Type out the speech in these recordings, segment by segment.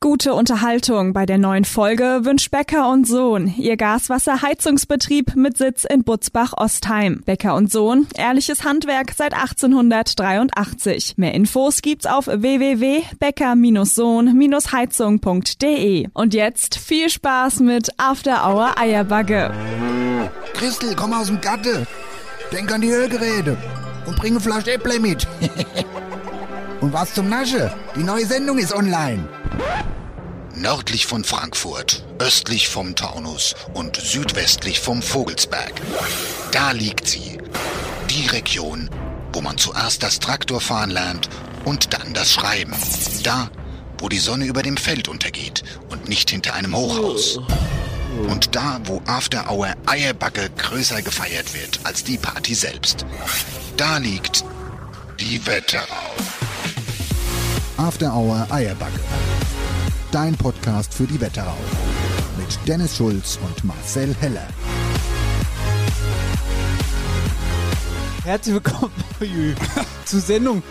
Gute Unterhaltung bei der neuen Folge wünscht Becker und Sohn, ihr Gaswasserheizungsbetrieb mit Sitz in Butzbach-Ostheim. Becker und Sohn, ehrliches Handwerk seit 1883. Mehr Infos gibt's auf www.becker-sohn-heizung.de. Und jetzt viel Spaß mit After Hour Eierbagge. Christel, komm aus dem Gatte. Denk an die Ölgeräte. Und bringe eine Flasche Äpple mit. und was zum Nasche? Die neue Sendung ist online. Nördlich von Frankfurt, östlich vom Taunus und südwestlich vom Vogelsberg. Da liegt sie. Die Region, wo man zuerst das Traktorfahren lernt und dann das Schreiben. Da, wo die Sonne über dem Feld untergeht und nicht hinter einem Hochhaus. Und da, wo After Hour Eierbacke größer gefeiert wird als die Party selbst. Da liegt die Wetterau. After Hour Eierbacke. Dein Podcast für die Wetterau. Mit Dennis Schulz und Marcel Heller. Herzlich willkommen Uiui. zur Sendung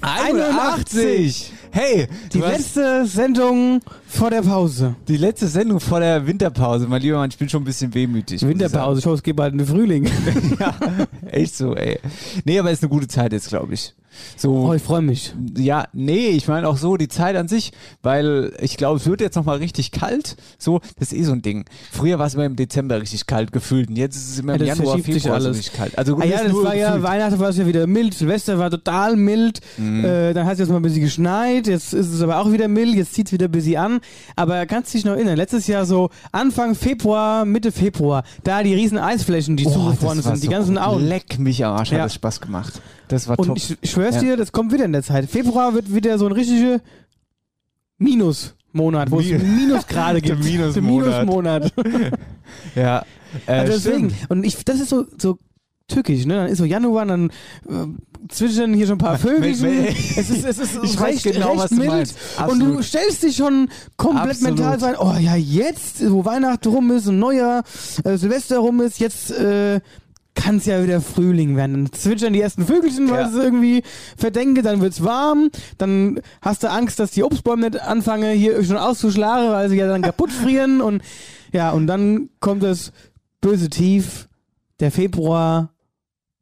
81. Hey, Die du hast- letzte Sendung vor der Pause. die letzte Sendung vor der Winterpause, mein lieber Mann, ich bin schon ein bisschen wehmütig. muss ich Winterpause, ich hoffe, es geht bald in den Frühling. sagen. Echt so, ey. Nee, aber ist eine gute Zeit jetzt, glaube ich. So, Oh, ich freue mich. ja, nee, ich meine auch so die Zeit an sich, weil ich glaube, es wird jetzt nochmal richtig kalt. So, das ist eh so ein Ding. Früher war es immer im Dezember richtig kalt gefühlt und jetzt ist es immer im Ja, das Januar, verschiebt sich Februar so alles. richtig kalt. Also, Ah, gut, ja, das nur war ja, gefühlt. Weihnachten war es ja wieder mild, Silvester war total mild, äh, dann hat es jetzt mal ein bisschen geschneit, jetzt ist es aber auch wieder mild, jetzt zieht es wieder ein bisschen an, aber kannst dich noch erinnern, letztes Jahr so Anfang Februar, Mitte Febroren, da die riesen Eisflächen, die Oh, zugefroren das war sind, die so ganzen gut. Augen. Leck mich am Arsch, hat Ja. das Spaß gemacht. Das war Und top. ich schwör's Ja. dir, das kommt wieder in der Zeit. Februar wird wieder so ein richtiger Minusmonat, wo es Mi- Minusgrade Der gibt. Der Minusmonat. Minusmonat. ja. Äh, Also deswegen, stimmt. und ich, das ist so, so tückisch, ne? Dann ist so Januar, dann äh, zwitschern hier schon ein paar Vögelchen. Mel- es ist, es ist so Ich weiß recht, genau, recht was du mild. meinst. Und du Absolut. stellst dich schon komplett Absolut. mental sein, oh ja, jetzt, wo Weihnachten rum ist und Neujahr, äh, Silvester rum ist, jetzt äh, kann es ja wieder Frühling werden. Dann zwitschern die ersten Vögelchen, weil Ja. sie irgendwie verdenke, dann wird's warm, dann hast du Angst, dass die Obstbäume nicht anfangen, hier schon auszuschlagen, weil sie ja dann kaputt frieren und ja, und dann kommt das böse Tief, der Februar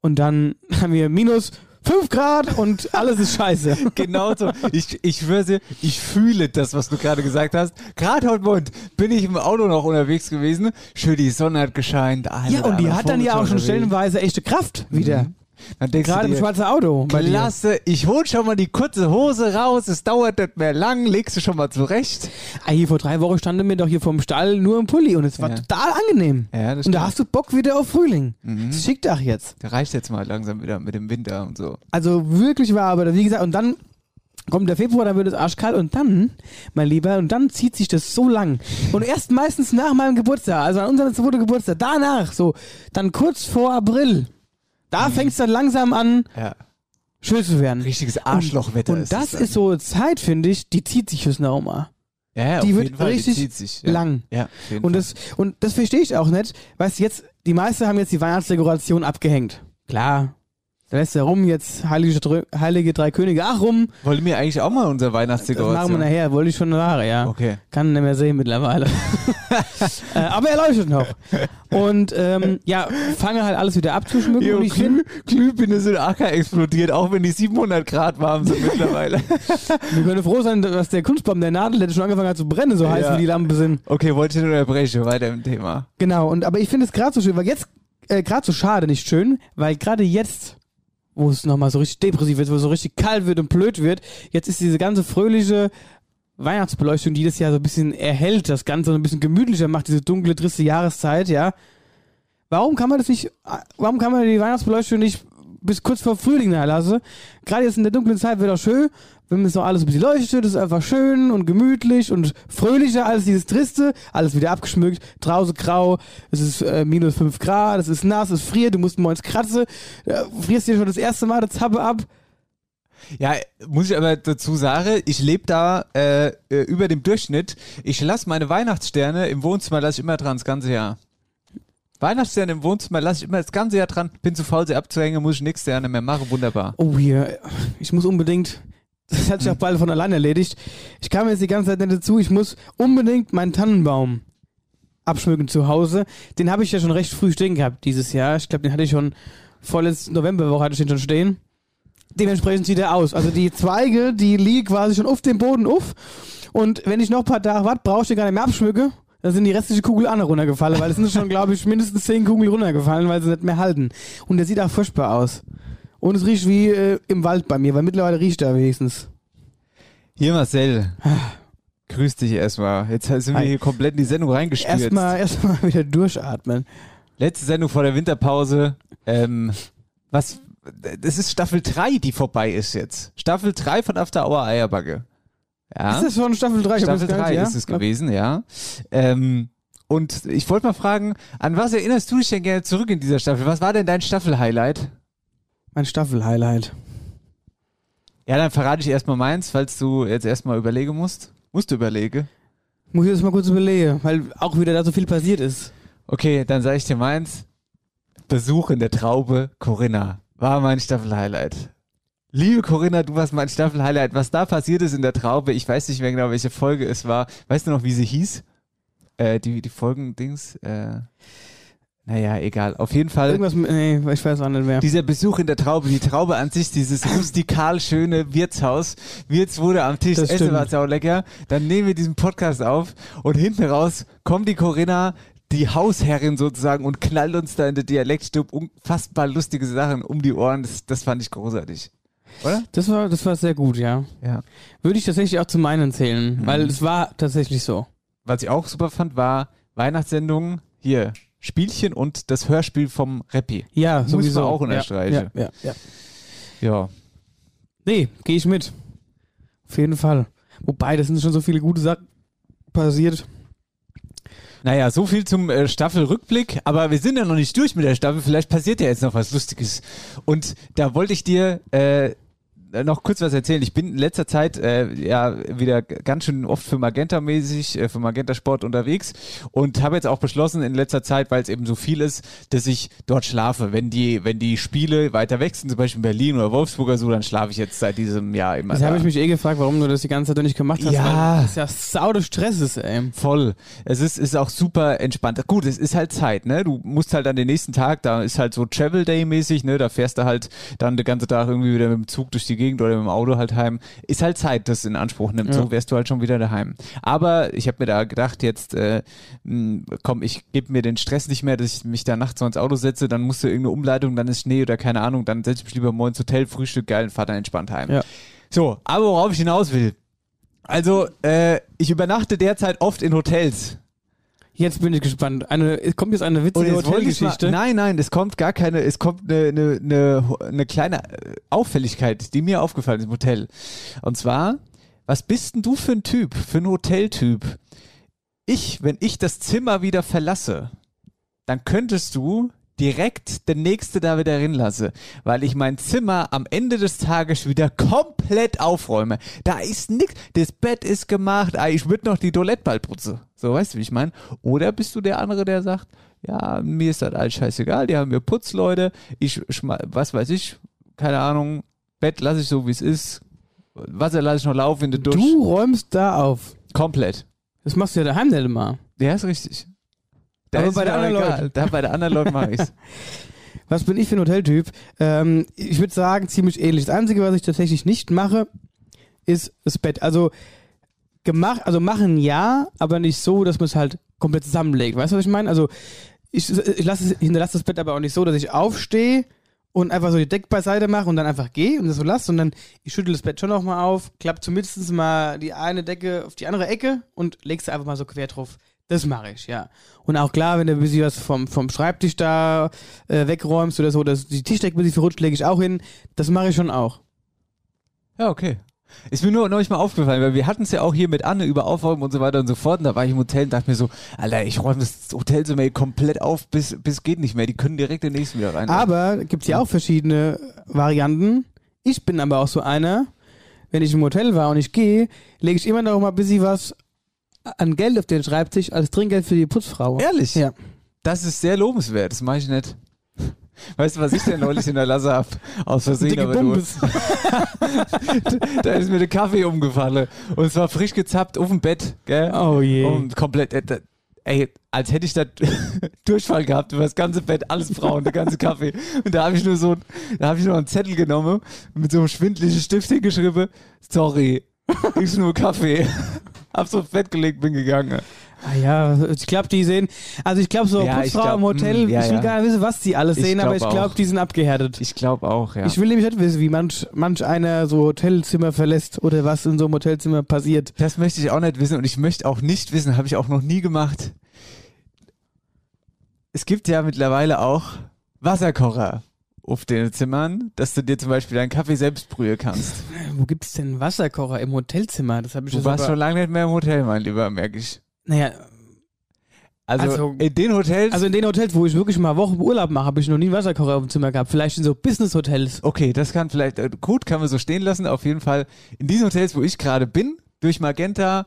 und dann haben wir minus 5 Grad und alles ist scheiße. Genau so. Ich, ich schwör's dir, ich fühle das, was du gerade gesagt hast. Gerade heute Morgen bin ich im Auto noch unterwegs gewesen. Schön, die Sonne hat gescheint. ein Ja, oder und die andere hat dann ja auch schon Vogel unterwegs. stellenweise echte Kraft wieder. Dann denkst Mhm. Gerade du im dir, schwarzen Auto. Bei dir. Klasse, ich hol schon mal die kurze Hose raus, es dauert nicht mehr lang, legst du schon mal zurecht. Ah, hier vor drei Wochen standen wir doch hier vom Stall nur im Pulli und es war Ja. total angenehm. Ja, das und da stimmt. Mhm. hast du Bock wieder auf Frühling. Das schickt doch jetzt. Da reicht jetzt mal langsam wieder mit dem Winter und so. Also wirklich war aber, wie gesagt, und dann kommt der Februar, dann wird es arschkalt und dann, mein Lieber, und dann zieht sich das so lang. Und erst meistens nach meinem Geburtstag, also an unserem zweiten Geburtstag, danach, so, dann kurz vor April, da Mhm. fängt es dann langsam an, Ja. schön zu werden. Richtiges Arschlochwetter Und ist das es dann. ist so eine Zeit, finde ich, die zieht sich um. das noch mal. Ja, ja, die auf wird jeden Fall, richtig die zieht sich, ja. lang. Ja, auf jeden Und Fall. das, und das verstehe ich auch nicht. Weißt du, jetzt, die meisten haben jetzt die Weihnachtsdekoration abgehängt. Klar. Da lässt er rum, jetzt Heilige, Drö- Heilige Drei Könige, ach rum, Wollen wir eigentlich auch mal unser das machen wir Weihnachtsdekoration? nachher, wollte ich schon sagen, ja. Okay. Kann nicht mehr sehen mittlerweile. äh, aber er leuchtet noch. Und ähm, ja, fange halt alles wieder abzuschmücken Jo, und ich finde, Glüh- Glühbirne sind Acker explodiert, auch wenn die 700 Grad warm sind mittlerweile. wir können froh sein, dass der Kunstbaum der Nadel der schon angefangen hat zu brennen, so heiß Ja. wie die Lampen sind. Okay, wollte ich nicht unterbrechen, weiter im Thema. Genau, und aber ich finde es gerade so schön, weil jetzt, äh, gerade so schade, nicht schön, weil gerade jetzt, wo es nochmal so richtig depressiv wird, wo es so richtig kalt wird und blöd wird, jetzt ist diese ganze fröhliche Weihnachtsbeleuchtung, die das Jahr so ein bisschen erhält, das Ganze so ein bisschen gemütlicher macht, diese dunkle, triste Jahreszeit, ja. Warum kann man das nicht, äh, warum kann man die Weihnachtsbeleuchtung nicht bis kurz vor Frühling nachlassen? Gerade jetzt in der dunklen Zeit wird auch schön, wenn es noch alles ein bisschen leuchtet, ist einfach schön und gemütlich und fröhlicher als dieses Triste. Alles wieder abgeschmückt, draußen grau, es ist äh, minus 5 Grad, es ist nass, es friert, du musst morgens kratzen, äh, frierst dir schon das erste Mal das Happe ab. Ja, muss ich aber dazu sagen, ich lebe da äh, äh, über dem Durchschnitt. Ich lasse meine Weihnachtssterne im Wohnzimmer, lasse ich immer dran, das ganze Jahr. Weihnachtssterne im Wohnzimmer lasse ich immer das ganze Jahr dran. Bin zu faul, sie abzuhängen, muss ich nichts Sterne mehr machen. Wunderbar. Oh hier, ich muss unbedingt Das hat sich auch bald von allein erledigt. Ich kam jetzt die ganze Zeit nicht dazu. Ich muss unbedingt meinen Tannenbaum abschmücken zu Hause. Den habe ich ja schon recht früh stehen gehabt dieses Jahr. Ich glaube, den hatte ich schon vorletzten Novemberwoche hatte ich den schon stehen. Dementsprechend sieht er aus. Also die Zweige, die liegen quasi schon auf dem Boden auf. Und wenn ich noch ein paar Tage warte, brauche ich den gar nicht mehr abschmücken. Da sind die restliche Kugel auch noch runtergefallen, weil es sind schon, glaube ich, mindestens zehn Kugeln runtergefallen, weil sie nicht mehr halten. Und der sieht auch furchtbar aus. Und es riecht wie äh, im Wald bei mir, weil mittlerweile riecht er wenigstens. Hier, Marcel. Grüß dich erstmal. Jetzt sind wir Hi. hier komplett in die Sendung reingestürzt. Erstmal erstmal wieder durchatmen. Letzte Sendung vor der Winterpause. Ähm, was? Das ist Staffel 3, die vorbei ist jetzt. Staffel 3 von After Hour Eierbacke. Ja. Ist das schon Staffel 3? Ah? Staffel 3 ist es gewesen, ja. Ähm, und ich wollte mal fragen, an was erinnerst du dich denn gerne zurück in dieser Staffel? Was war denn dein Staffel-Highlight? Mein Staffel-Highlight. Ja, dann verrate ich erstmal meins, falls du jetzt erstmal überlegen musst. Musst du überlegen. Muss ich jetzt mal kurz überlegen, weil auch wieder da so viel passiert ist. Okay, dann sage ich dir meins. Besuch in der Traube Corinna war mein Staffel-Highlight. Liebe Corinna, du warst mein Staffel-Highlight. Was da passiert ist in der Traube, ich weiß nicht mehr genau, welche Folge es war. Weißt du noch, wie sie hieß? Äh, die, die Folgendings? Äh, naja, egal. Auf jeden Fall. Irgendwas mit, nee, ich weiß auch nicht mehr. Dieser Besuch in der Traube, die Traube an sich, dieses rustikal schöne Wirtshaus. Wirts wurde am Tisch, Das Essen stimmt. war saulecker. Dann nehmen wir diesen Podcast auf und hinten raus kommt die Corinna, die Hausherrin sozusagen und knallt uns da in den Dialektstub unfassbar lustige Sachen um die Ohren. Das, das fand ich großartig. Das war, das war sehr gut, ja. Ja. Würde ich tatsächlich auch zu meinen zählen, Mhm. weil es war tatsächlich so. Was ich auch super fand, war Weihnachtssendungen hier. Spielchen und das Hörspiel vom Reppi. Ja, Muss man sowieso. auch unterstreichen. Ja, ja, ja, ja. Ja. Nee, gehe ich mit. Auf jeden Fall. Wobei, das sind schon so viele gute Sachen passiert. Naja, so viel zum äh, Staffelrückblick, aber wir sind ja noch nicht durch mit der Staffel, vielleicht passiert ja jetzt noch was Lustiges. Und da wollte ich dir äh, noch kurz was erzählen. Ich bin in letzter Zeit äh, ja wieder g- ganz schön oft für Magenta-mäßig, äh, für Magenta-Sport unterwegs und habe jetzt auch beschlossen in letzter Zeit, weil es eben so viel ist, dass ich dort schlafe. Wenn die, wenn die Spiele weiter weg sind, zum Beispiel in Berlin oder Wolfsburg oder so, dann schlafe ich jetzt seit diesem Jahr immer. Das da. habe ich mich eh gefragt, warum du das die ganze Zeit noch nicht gemacht hast. Ja. Weil das ja saude Stress ist, ey. Voll. Es ist, ist auch super entspannt. Gut, es ist halt Zeit, ne? Du musst halt an den nächsten Tag, da ist halt so Travel Day mäßig, ne? Da fährst du halt dann den ganzen Tag irgendwie wieder mit dem Zug durch die Gegend oder mit dem Auto halt heim. Ist halt Zeit, das in Anspruch nimmt. So wärst du halt schon wieder daheim. Aber ich habe mir da gedacht, jetzt, äh, mh, komm, ich gebe mir den Stress nicht mehr, dass ich mich da nachts noch ins Auto setze, dann musst du irgendeine Umleitung, dann ist Schnee oder keine Ahnung, dann setze ich mich lieber morgen ins Hotel, Frühstück, geil, und fahr dann entspannt heim. Ja. So, aber worauf ich hinaus will, also, äh, ich übernachte derzeit oft in Hotels. Jetzt bin ich gespannt. Eine, es kommt jetzt eine witzige wollte ich mal- Hotelgeschichte. Nein, nein, es kommt gar keine, es kommt eine, eine, eine, eine kleine äh, Auffälligkeit, die mir aufgefallen ist im Hotel. Und zwar, was bist denn du für ein Typ, für ein Hoteltyp? Ich, wenn ich das Zimmer wieder verlasse, dann könntest du direkt den nächste da wieder reinlasse, weil ich mein Zimmer am Ende des Tages wieder komplett aufräume. Da ist nix, das Bett ist gemacht, ah, ich würde noch die Toilette bald putzen. So, weißt du, wie ich meine? Oder bist du der andere, der sagt, ja, mir ist das alles scheißegal, die haben mir Putzleute, ich, schma- was weiß ich, keine Ahnung, Bett lasse ich so, wie es ist, Wasser lasse ich noch laufen in der Dusche. Du räumst da auf. Komplett. Das machst du ja daheim nicht immer. Ja, ist richtig. Da Aber ist bei mir den anderen egal. Leuten. Da bei den anderen Leuten mache ich es. Was bin ich für ein Hoteltyp? Ähm, ich würde sagen, ziemlich ähnlich. Das Einzige, was ich tatsächlich nicht mache, ist das Bett. Also, gemacht, also machen ja, aber nicht so, dass man es halt komplett zusammenlegt. Weißt du, was ich meine? Also, ich, ich lass es, hinterlasse das Bett aber auch nicht so, dass ich aufstehe und einfach so die Deck beiseite mache und dann einfach gehe und das so lasse, sondern ich schüttel das Bett schon auch mal auf, klappe zumindest mal die eine Decke auf die andere Ecke und leg's einfach mal so quer drauf. Das mache ich, ja. Und auch klar, wenn du ein bisschen was vom, vom Schreibtisch da äh, wegräumst oder so, dass die Tischdecke ein bisschen verrutscht, lege ich auch hin. Das mache ich schon auch. Ja, okay. Ist mir nur neulich mal aufgefallen, weil wir hatten es ja auch hier mit Anne über Aufräumen und so weiter und so fort. Und da war ich im Hotel und dachte mir so, Alter, ich räume das Hotelzimmer hier komplett auf, bis, bis geht nicht mehr. Die können direkt den nächsten wieder rein. Aber gibt ja auch verschiedene Varianten. Ich bin aber auch so einer, wenn ich im Hotel war und ich gehe, lege ich immer noch mal ein bisschen was an Geld auf den Schreibtisch als Trinkgeld für die Putzfrau. Ehrlich? Ja. Das ist sehr lobenswert, das mache ich nicht. Weißt du, was ich denn neulich in der Lasse hab? Aus Versehen, Dicke aber du. Bumpes. Da ist mir der Kaffee umgefallen. Und es war frisch gezappt auf dem Bett, gell? Oh je. Und komplett. Äh, da- Ey, als hätte ich da Durchfall gehabt über das ganze Bett, alles braun, der ganze Kaffee. Und da habe ich nur so, da habe ich nur einen Zettel genommen, mit so einem schwindlichen Stift hingeschrieben, sorry, ist nur Kaffee. Hab's aufs Bett gelegt, bin gegangen. Ah ja, ich glaube, die sehen, also ich glaube, so Ja, ich Putzfrau glaub, im Hotel, mm, ja, ich will ja. gar nicht wissen, was die alles Ich sehen, aber ich glaub glaube, auch. die sind abgehärtet. Ich glaube auch, ja. Ich will nämlich nicht wissen, wie manch, manch einer so Hotelzimmer verlässt oder was in so einem Hotelzimmer passiert. Das möchte ich auch nicht wissen und ich möchte auch nicht wissen, habe ich auch noch nie gemacht. Es gibt ja mittlerweile auch Wasserkocher auf den Zimmern, dass du dir zum Beispiel deinen Kaffee selbst brühen kannst. Wo gibt es denn einen Wasserkocher im Hotelzimmer? Das habe ich Du das warst aber- schon lange nicht mehr im Hotel, mein Lieber, merke ich. Naja, Also, Also- in den Hotels. also in den Hotels, wo ich wirklich mal Wochen Urlaub mache, habe ich noch nie einen Wasserkocher im Zimmer gehabt. Vielleicht in so Business-Hotels. okay, das kann vielleicht äh, gut, kann man so stehen lassen. Auf jeden Fall in diesen Hotels, wo ich gerade bin, durch Magenta,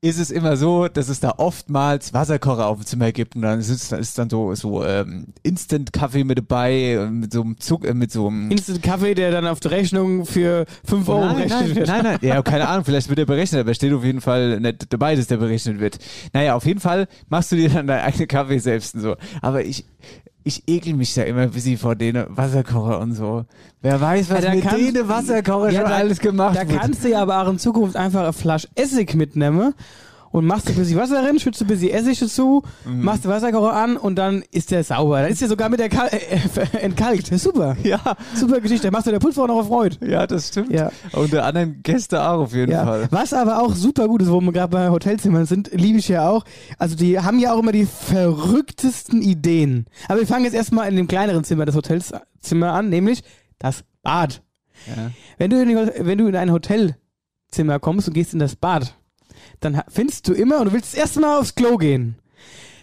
ist es immer so, dass es da oftmals Wasserkocher auf dem Zimmer gibt und dann ist, ist dann so, so ähm, Instant-Kaffee mit dabei, äh, mit so einem Zug, äh, mit so einem Instant Kaffee, der dann auf die Rechnung für 5 Euro nein, berechnet nein, wird. Nein, nein, ja, keine Ahnung, vielleicht wird er berechnet, aber steht auf jeden Fall nicht dabei, dass der berechnet wird. Naja, auf jeden Fall machst du dir dann deinen eigenen Kaffee selbst und so. Aber ich, ich ekel mich da immer ein bisschen vor denen Wasserkocher und so. Wer weiß, was Ja, da mit kannst- denen Wasserkocher Ja, schon da- alles gemacht Da wird. kannst du ja aber auch in Zukunft einfach eine Flasche Essig mitnehmen und machst ein bisschen Wasser rein, schützt ein bisschen Essig dazu, Mhm. machst den Wasserkocher an und dann ist der sauber. Dann ist der sogar mit der Kal äh, äh, entkalkt. Super. Ja, Super Geschichte. Machst du der Putzfrau noch erfreut. ja, das stimmt. Ja. Und der anderen Gäste auch auf jeden Ja. Fall. Was aber auch super gut ist, wo wir gerade bei Hotelzimmern sind, liebe ich ja auch. Also die haben ja auch immer die verrücktesten Ideen. Aber wir fangen jetzt erstmal in dem kleineren Zimmer des Hotelzimmer an, nämlich das Bad. Ja. Wenn du, in, die Hot- wenn du in ein Hotelzimmer kommst und gehst in das Bad, dann ha- findest du immer und du willst erstmal aufs Klo gehen.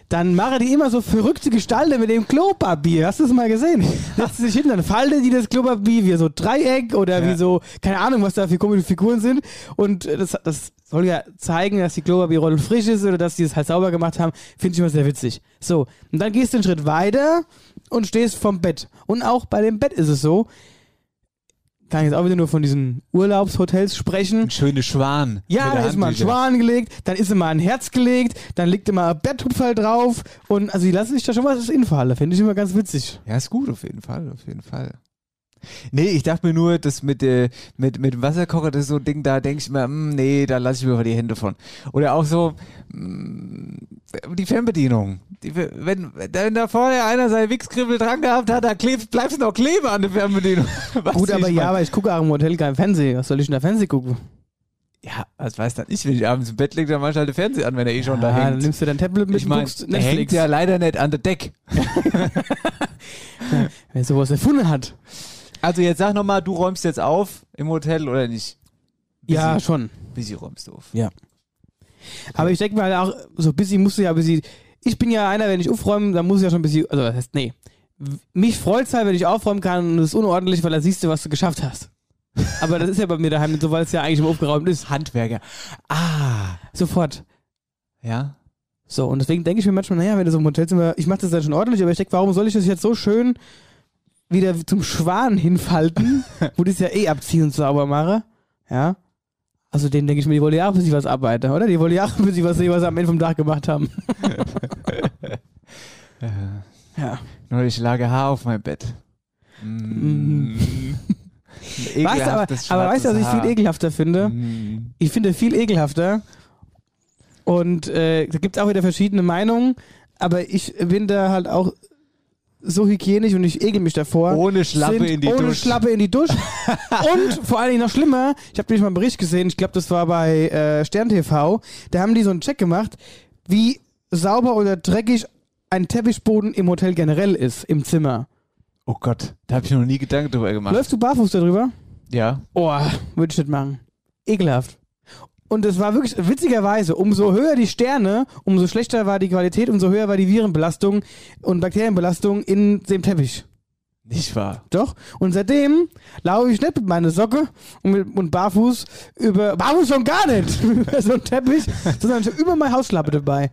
Dann machen die immer so verrückte Gestalten mit dem Klopapier. Hast du das mal gesehen? Setzt sich hin, dann falten die das Klopapier wie so Dreieck oder Ja. wie so, keine Ahnung, was da für komische Figuren sind. Und äh, das, das soll ja zeigen, dass die Klopapierrolle frisch ist oder dass die es halt sauber gemacht haben. Finde ich immer sehr witzig. So, und dann gehst du einen Schritt weiter und stehst vom Bett. Und auch bei dem Bett ist es so, kann ich jetzt auch wieder nur von diesen Urlaubshotels sprechen. Ein schöner Schwan. Ja, mit der da ist mal ein Handtücher. Schwan gelegt, dann ist immer ein Herz gelegt, dann liegt immer ein Betthupferl drauf und also die lassen sich da schon was infallen. Finde ich immer ganz witzig. Ja, ist gut, auf jeden Fall, auf jeden Fall. Nee, ich dachte mir nur, dass mit, äh, mit, mit dem Wasserkocher, das ist so ein Ding, da denke ich mir, hm, nee, da lasse ich mir mal die Hände von. Oder auch so, hm, die Fernbedienung. Die, wenn, wenn da vorne einer seine Wichskribbel dran gehabt hat, da klebt, bleibst noch kleben an der Fernbedienung. Weißt Gut, du, aber ich ja, mein- aber ich gucke auch im Hotel kein Fernsehen. Was soll ich denn da Fernsehen gucken? Ja, was weiß dann ich, wenn ich abends im Bett liege, dann mach ich halt den Fernseher an, wenn er eh schon da Ah, dann hängt. nimmst du dein Tablet mit Ich und meine, guckst der hängt ja leider nicht an der Deck. Wer sowas erfunden hat. Also jetzt sag nochmal, du räumst jetzt auf im Hotel oder nicht? Ja, schon. Busy räumst du auf. Aber ich denke mal auch, so ein bisschen musst du ja ein bisschen. Ich bin ja einer, wenn ich aufräume, dann muss ich ja schon ein bisschen. Also, das heißt, nee. W- Mich freut es halt, wenn ich aufräumen kann und es ist unordentlich, weil dann siehst du, was du geschafft hast. Aber das ist ja bei mir daheim nicht so, weil es ja eigentlich immer aufgeräumt ist. Handwerker. Ah. Sofort. Ja. So, und deswegen denke ich mir manchmal, naja, wenn du so im Hotelzimmer, ich mache das dann schon ordentlich, aber ich denke, warum soll ich das jetzt so schön wieder zum Schwan hinfalten, wo das ja eh abziehen und sauber mache? Ja. Außerdem denke ich mir, die wollen ja auch ein bisschen was arbeiten, oder? Die wollen ja auch ein bisschen was sehen, was sie am Ende vom Tag gemacht haben. ja. Äh, Nur ich lage Haar auf meinem Bett. Mm. Ein Weißt, du, aber, ekelhaftes aber weißt du, was ich schwarzes viel ekelhafter finde? Haar. Mm. ich finde viel ekelhafter. Und äh, da gibt es auch wieder verschiedene Meinungen, aber ich bin da halt auch so hygienisch und ich ekel mich davor. Ohne Schlappe Sind in die ohne Dusche. Schlappe in die Dusche. und vor allen Dingen noch schlimmer, ich habe nämlich mal einen Bericht gesehen, ich glaube, das war bei äh, Stern TV, da haben die so einen Check gemacht, wie sauber oder dreckig ein Teppichboden im Hotel generell ist, im Zimmer. Oh Gott, da habe ich mir noch nie Gedanken drüber gemacht. Läufst du barfuß darüber? Ja. Oh, würde ich nicht machen. Ekelhaft. Und es war wirklich, witzigerweise, umso höher die Sterne, umso schlechter war die Qualität, umso höher war die Virenbelastung und Bakterienbelastung in dem Teppich. Nicht wahr. Doch. Und seitdem laufe ich nicht mit meiner Socke und, mit, und barfuß über, barfuß schon gar nicht, über so einen Teppich, sondern ich habe immer meine Hausschlappe dabei.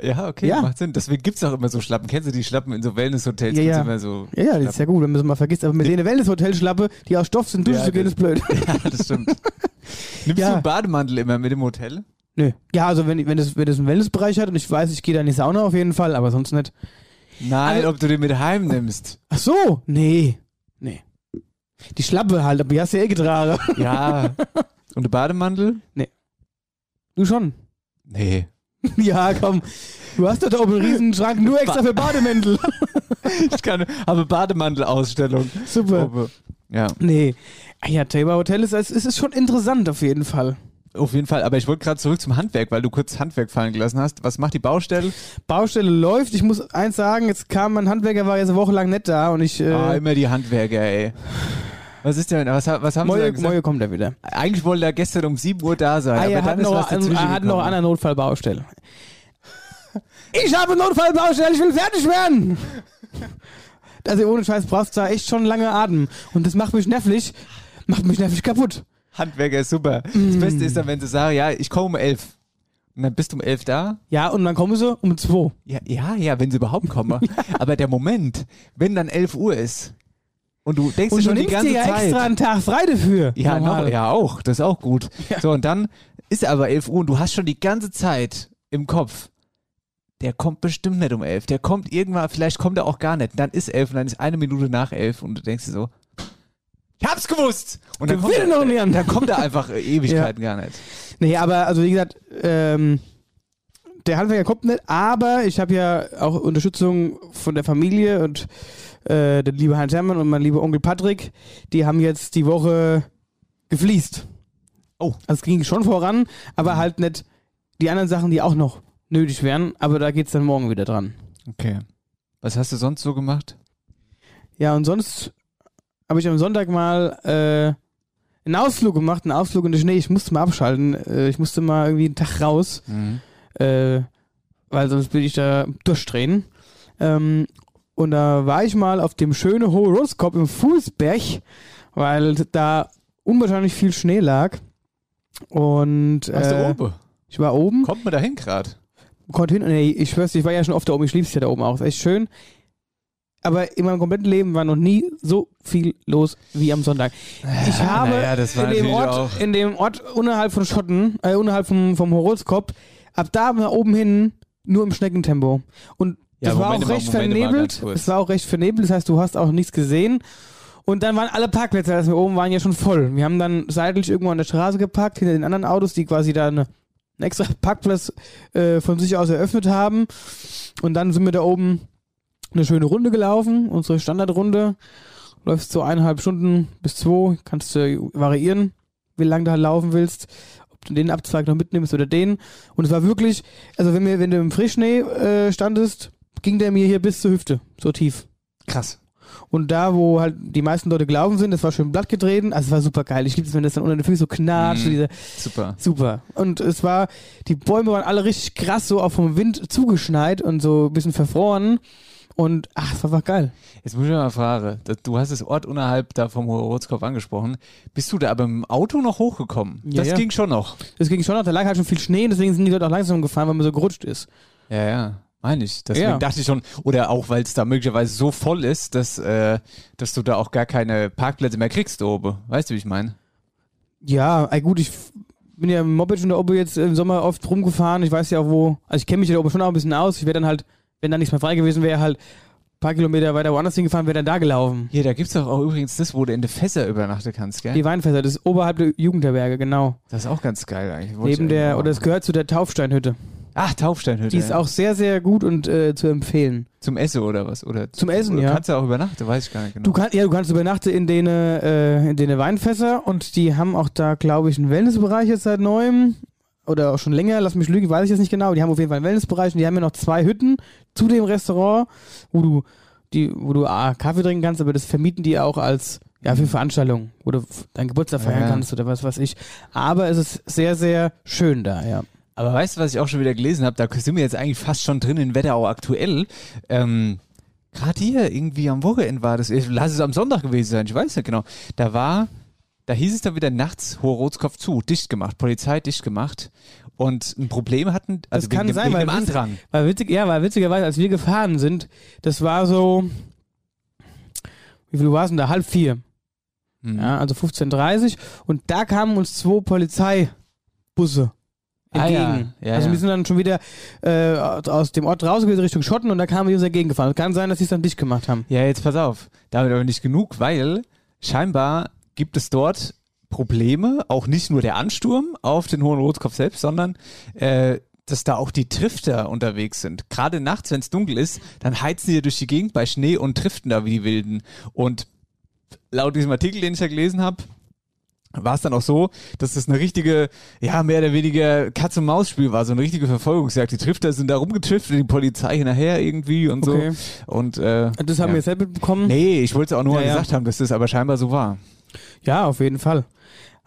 Ja, okay, Ja. macht Sinn. Deswegen gibt es auch immer so Schlappen. Kennst du die Schlappen in so Wellness-Hotels? Ja, gibt's ja. Immer so Ja, ja, das ist ja gut, wenn man es mal vergisst. Aber mit denen Wellness-Hotelschlappe, die aus Stoff sind, duschen Ja, zu gehen, das- ist blöd. ja, das stimmt. Nimmst Ja. du einen Bademantel immer mit im Hotel? Nö. Ja, also wenn, wenn, das, wenn das einen Wellnessbereich hat und ich weiß, ich gehe da in die Sauna auf jeden Fall, aber sonst nicht. Nein, Also- ob du den mit heimnimmst. Ach so, nee. Nee. Die Schlappe halt, aber die hast du ja eh getragen. Ja. Und der Bademantel? Du schon. Nee. Ja, komm. Du hast doch da oben einen riesen Schrank nur extra für Bademäntel. Ich kann, habe Bademantelausstellung. Super. Obe. Ja, Nee. Ah Ja, Thema Hotel ist, es ist schon interessant auf jeden Fall. auf jeden Fall. Aber ich wollte gerade zurück zum Handwerk, weil du kurz Handwerk fallen gelassen hast. Was macht die Baustelle? Baustelle läuft. Ich muss eins sagen, jetzt kam mein Handwerker, war jetzt eine Woche lang nicht da und ich... Äh, Ah, immer die Handwerker, ey. Was ist denn? Was, ha- was haben sie da Moje, gesagt? Moje kommt er wieder. Eigentlich wollte er gestern um 7 Uhr da sein, Ah, aber er dann hat ist noch, was dazwischen einen, er hat noch gekommen. eine andere Notfallbaustelle. Ich habe eine Notfallbaustelle, ich will fertig werden. Also ohne Scheiß brauchst du da echt schon lange Atem. Und das macht mich nervlich, macht mich nervlich kaputt. Handwerker ist super. Das Beste ist dann, wenn sie sagen, ja, ich komme um 11. Und dann bist du um 11 da. Ja, und dann kommen sie um zwei. Ja, ja, ja, wenn sie überhaupt kommen. Aber der Moment, wenn dann 11 Uhr ist und du denkst dir Und du schon die nimmst ganze dir ja Zeit. extra einen Tag frei dafür. ja, Normal. noch, ja, auch, das ist auch gut. So, und dann ist aber 11 Uhr und du hast schon die ganze Zeit im Kopf, der kommt bestimmt nicht um 11. Der kommt irgendwann, vielleicht kommt er auch gar nicht. Und dann ist 11 und dann ist eine Minute nach 11 und du denkst dir so, ich hab's gewusst! Und dann Ich will kommt, noch nicht er, an. dann kommt er einfach äh, Ewigkeiten gar nicht. Nee, aber also wie gesagt, ähm, der Handwerker kommt nicht, aber ich habe ja auch Unterstützung von der Familie und äh, der liebe Heinz Hermann und mein lieber Onkel Patrick, die haben jetzt die Woche gefliest. Oh. Also es ging schon voran, aber halt nicht die anderen Sachen, die auch noch nötig wären, aber da geht's dann morgen wieder dran. Okay. Was hast du sonst so gemacht? Ja, und sonst habe ich am Sonntag mal äh, einen Ausflug gemacht, einen Ausflug in den Schnee. Ich musste mal abschalten. Äh, ich musste mal irgendwie einen Tag raus. äh, weil sonst bin ich da durchdrehen. Ähm, und da war ich mal auf dem schönen Horoskop im Fußberg, weil da unwahrscheinlich viel Schnee lag. Und Warst äh, du oben? ich war oben, Kommt man da hin gerade? konnte hin. Nee, ich schwör's, dir, ich war ja schon oft da oben, ich lieb's ja da oben auch. Ist echt schön. Aber in meinem kompletten Leben war noch nie so viel los wie am Sonntag. Ich habe Ah, naja, das war in, dem natürlich Ort, auch- in dem Ort unterhalb von Schotten, äh, unterhalb vom, vom Horoskop, ab da nach oben hin nur im Schneckentempo. Und Ja, das war Moment auch mal, recht Moment mal, ganz vernebelt. kurz. Es war auch recht vernebelt, das heißt, du hast auch nichts gesehen. Und dann waren alle Parkplätze, als wir oben waren, ja schon voll. Wir haben dann seitlich irgendwo an der Straße geparkt, hinter den anderen Autos, die quasi da eine, einen extra Parkplatz äh, von sich aus eröffnet haben. Und dann sind wir da oben eine schöne Runde gelaufen, unsere Standardrunde. Läufst so eineinhalb Stunden bis zwei, kannst du variieren, wie lange du halt laufen willst, ob du den Abzweig noch mitnimmst oder den. Und es war wirklich, also wenn, mir, wenn du im Frischschnee äh, standest, ging der mir hier bis zur Hüfte, so tief. Krass. Und da, wo halt die meisten Leute gelaufen sind, das war schön blatt getreten, also es war super geil. Ich liebe es, wenn das dann unter den Füßen so knatscht, Mhm. diese Super. Super. Und es war, die Bäume waren alle richtig krass, so auch vom Wind zugeschneit und so ein bisschen verfroren. Und ach, es war einfach geil. Jetzt muss ich mal fragen, das- du hast das Ort unterhalb da vom Horozkopf angesprochen. Bist du da aber im Auto noch hochgekommen? Ja, das ja. ging schon noch. Es ging schon noch, da lag halt schon viel Schnee, deswegen sind die Leute auch langsam gefahren, weil man so gerutscht ist. Ja, ja. Meine ich. Deswegen Ja. dachte ich schon, oder auch weil es da möglicherweise so voll ist, dass, äh, dass du da auch gar keine Parkplätze mehr kriegst oben. Weißt du, wie ich meine? Ja, ey, gut, ich f- bin ja im Moped und der Obo jetzt im Sommer oft rumgefahren. Ich weiß ja auch wo, also ich kenne mich ja da oben schon auch ein bisschen aus. Ich wäre dann halt, wenn da nichts mehr frei gewesen wäre, halt ein paar Kilometer weiter woanders hingefahren, wäre dann da gelaufen. Hier, da gibt's doch auch übrigens das, wo du in der Fässer übernachten kannst, gell? Die Weinfässer, das ist oberhalb der Jugendherberge, genau. Das ist auch ganz geil eigentlich. Wollte ich Neben eigentlich der, auch. oder es gehört zu der Taufsteinhütte. Ach, Taufsteinhütte. Die ist ja. auch sehr, sehr gut und äh, zu empfehlen. Zum Essen oder was? Oder Zum Essen, oder ja. Kannst du auch übernachten, weiß ich gar nicht genau. Du, kann, ja, du kannst übernachten in den, äh, in den Weinfässer und die haben auch da, glaube ich, einen Wellnessbereich jetzt seit neuem oder auch schon länger, lass mich lügen, weiß ich jetzt nicht genau. Die haben auf jeden Fall einen Wellnessbereich und die haben ja noch zwei Hütten zu dem Restaurant, wo du, die, wo du ah, Kaffee trinken kannst, aber das vermieten die auch als ja, für Veranstaltungen, wo du f- deinen Geburtstag feiern Ja. kannst oder was weiß ich. Aber es ist sehr, sehr schön da, ja. Aber weißt du, was ich auch schon wieder gelesen habe? Da sind wir jetzt eigentlich fast schon drin in Wetterau aktuell. Ähm, Gerade hier, irgendwie am Wochenende war das, ich- lass es am Sonntag gewesen sein, ich weiß nicht genau. Da war Da hieß es dann wieder nachts, Hohe Rotskopf zu, dicht gemacht, Polizei dicht gemacht. Und ein Problem hatten, also kann wegen, dem- sein, wegen weil dem wir- Andrang. Weil witzig, ja, weil witzigerweise, als wir gefahren sind, das war so. Wie viel war es denn da? Halb vier. Hm. Ja, also 15.30 Und da kamen uns zwei Polizeibusse Ah, entgegen. ja. Ja, also ja. wir sind dann schon wieder äh, aus dem Ort raus gewesen Richtung Schotten und da kamen wir uns entgegengefahren. Also Kann sein, dass sie es dann dicht gemacht haben. Ja, jetzt pass auf. Damit aber nicht genug, weil scheinbar gibt es dort Probleme, auch nicht nur der Ansturm auf den Hohen Rotkopf selbst, sondern äh, dass da auch die Trifter unterwegs sind. Gerade nachts, wenn es dunkel ist, dann heizen die durch die Gegend bei Schnee und triften da wie die Wilden. Und laut diesem Artikel, den ich da gelesen habe, war es dann auch so, dass das eine richtige, ja, mehr oder weniger Katz-und-Maus-Spiel war, so eine richtige Verfolgungsjagd. Die Trifter sind da rumgetrifft und die Polizei hinterher irgendwie und Okay. so. Und äh, Das haben ja. wir jetzt selbst mitbekommen. Nee, ich wollte es auch nur Ja, mal ja. gesagt haben, dass das aber scheinbar so war. Ja, auf jeden Fall.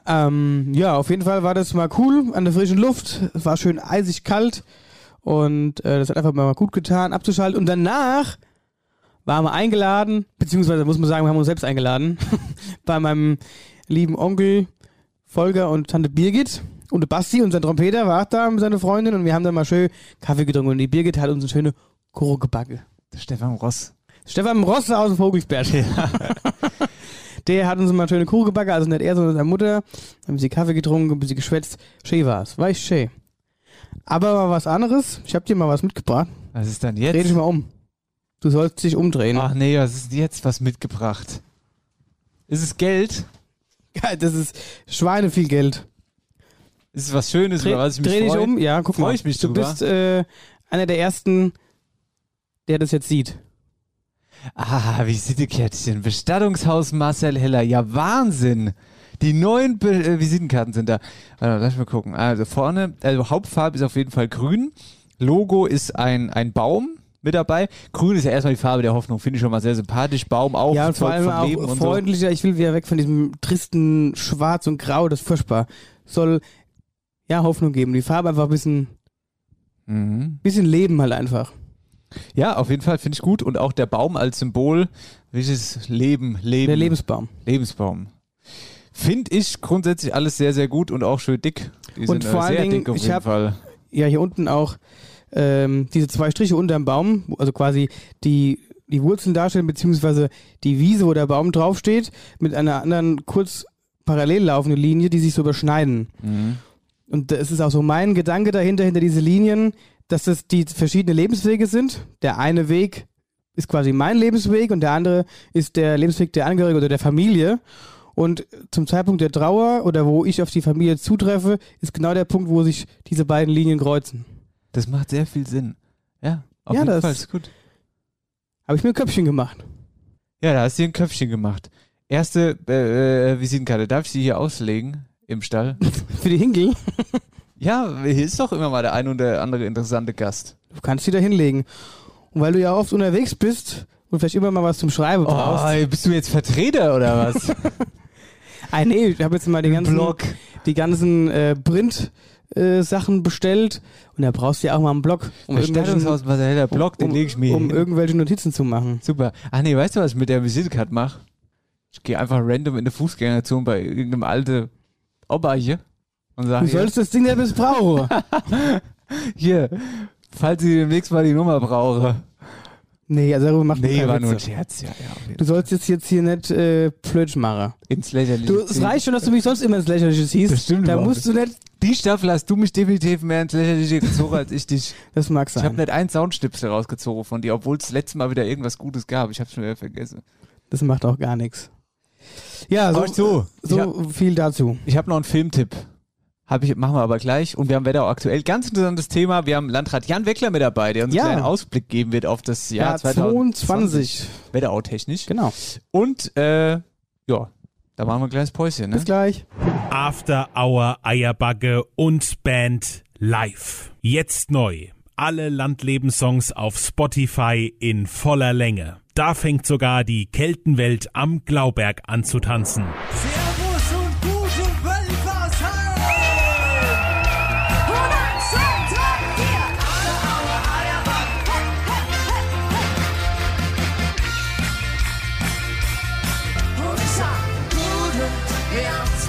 Ähm, ja, auf jeden Fall war das mal cool an der frischen Luft. Es war schön eisig kalt und äh, das hat einfach mal gut getan, abzuschalten. Und danach waren wir eingeladen, beziehungsweise muss man sagen, wir haben uns selbst eingeladen, bei meinem lieben Onkel Volker und Tante Birgit. Und der Basti, unser Trompeter, war auch da mit seiner Freundin und wir haben dann mal schön Kaffee getrunken. Und die Birgit hat uns eine schöne Gurke gebacken. Stefan Ross. Stefan Rosse aus dem Vogelsberg. Der hat uns mal schöne Kuchen gebacken, also nicht er, sondern seine Mutter. Haben sie Kaffee getrunken, ein bisschen geschwätzt. Schön war's, war ich schön. Aber mal was anderes, ich hab dir mal was mitgebracht. Was ist denn Dreh dich jetzt? mal um. Du sollst dich umdrehen. Ach nee, was ist denn jetzt was mitgebracht? Ist es Geld? Geil, Das ist Schweine viel Geld. Ist es was Schönes, Dreh, über was ich mich dreh dich freue? um, ja, guck Freu mal. ich mich du drüber. bist äh, einer der ersten, der das jetzt sieht. Ah, Visitenkärtchen. Bestattungshaus Marcel Heller. Ja, Wahnsinn. Die neuen Be äh, Visitenkarten sind da. Warte, lass mal gucken. Also vorne, also Hauptfarbe ist auf jeden Fall grün. Logo ist ein, ein Baum mit dabei. Grün ist ja erstmal die Farbe der Hoffnung. Finde ich schon mal sehr sympathisch. Baum auch. ja, und vor Zeug allem vom auch Leben und so. freundlicher. Ich will wieder weg von diesem tristen Schwarz und Grau, das ist furchtbar. Soll ja Hoffnung geben. Die Farbe einfach ein bisschen, Mhm. bisschen Leben halt einfach. Ja, auf jeden Fall finde ich gut. Und auch der Baum als Symbol, welches Leben, Leben, Der Lebensbaum. Lebensbaum. Finde ich grundsätzlich alles sehr, sehr gut und auch schön dick. Die Und sind vor äh, allen sehr Dingen, dick auf ich jeden hab- Fall. Ja, hier unten auch ähm, diese zwei Striche unterm Baum, wo- also quasi die, die Wurzeln darstellen, beziehungsweise die Wiese, wo der Baum draufsteht, mit einer anderen kurz parallel laufenden Linie, die sich so überschneiden. Mhm. Und es ist auch so mein Gedanke dahinter, hinter diese Linien, dass das die verschiedenen Lebenswege sind. Der eine Weg ist quasi mein Lebensweg und der andere ist der Lebensweg der Angehörigen oder der Familie. Und zum Zeitpunkt der Trauer oder wo ich auf die Familie zutreffe, ist genau der Punkt, wo sich diese beiden Linien kreuzen. Das macht sehr viel Sinn. Ja, auf Ja, jeden das- Fall ist gut. Habe ich mir ein Köpfchen gemacht. Ja, da hast du dir ein Köpfchen gemacht. Erste äh, äh, Visitenkarte, darf ich die hier auslegen im Stall? Für die Hinkel. ja, hier ist doch immer mal der ein oder andere interessante Gast. Du kannst die da hinlegen. Und weil du ja oft unterwegs bist und vielleicht immer mal was zum Schreiben brauchst. Oh, bist du jetzt Vertreter oder was? Ah, nee, ich habe jetzt mal den ganzen Blog. die ganzen äh, Print-Sachen bestellt und da brauchst du ja auch mal einen Block, um, irgendwelche, Bestattungshaus Marcel Heller Blog, den um- lege ich mir um hin. irgendwelche Notizen zu machen. Super. Ach nee, weißt du, was ich mit der Visitenkarte mache? Ich gehe einfach random in eine Fußgängerzone bei irgendeinem alten Opa hier und Du sage, hier, sollst das Ding ja missbrauchen. hier, falls ich demnächst mal die Nummer brauche. nee, also darüber macht man Nee, keine war nur ein Witze. Scherz. Ja, ja, auf jeden Du Fall. sollst jetzt, jetzt hier nicht äh, Flötsch machen. Ins Lächerliche Du, es ziehen. reicht schon, dass du mich sonst immer ins Lächerliche ziehst. Das stimmt Da überhaupt musst du nicht... Die Staffel hast du mich definitiv mehr ins Lächerliche gezogen als ich dich. Das mag Ich habe sein. nicht einen Soundstipsel rausgezogen von dir, obwohl es letztes Mal wieder irgendwas Gutes gab. Ich habe schon wieder vergessen. Das macht auch gar nichts. Ja, so, so. Also, so viel dazu. Ich habe noch einen Filmtipp. Hab ich, machen wir aber gleich. Und wir haben Wetterau aktuell. Ganz interessantes Thema. Wir haben Landrat Jan Weckler mit dabei, der uns Ja. einen kleinen Ausblick geben wird auf das Jahr Ja, 2020. 22. Wetterau technisch. Genau. Und äh, ja, da machen wir ein kleines Päuschen. Ne? Bis gleich. After Hour Eierbacke und Band live. Jetzt neu. Alle Landlebenssongs auf Spotify in voller Länge. Da fängt sogar die Keltenwelt am Glauberg an zu tanzen. Servus und gute Wölfersheim! 102 Tag hier! Alle Aue Eierback! Hey, hey, hey, hey! Und ich sag, gute Herz,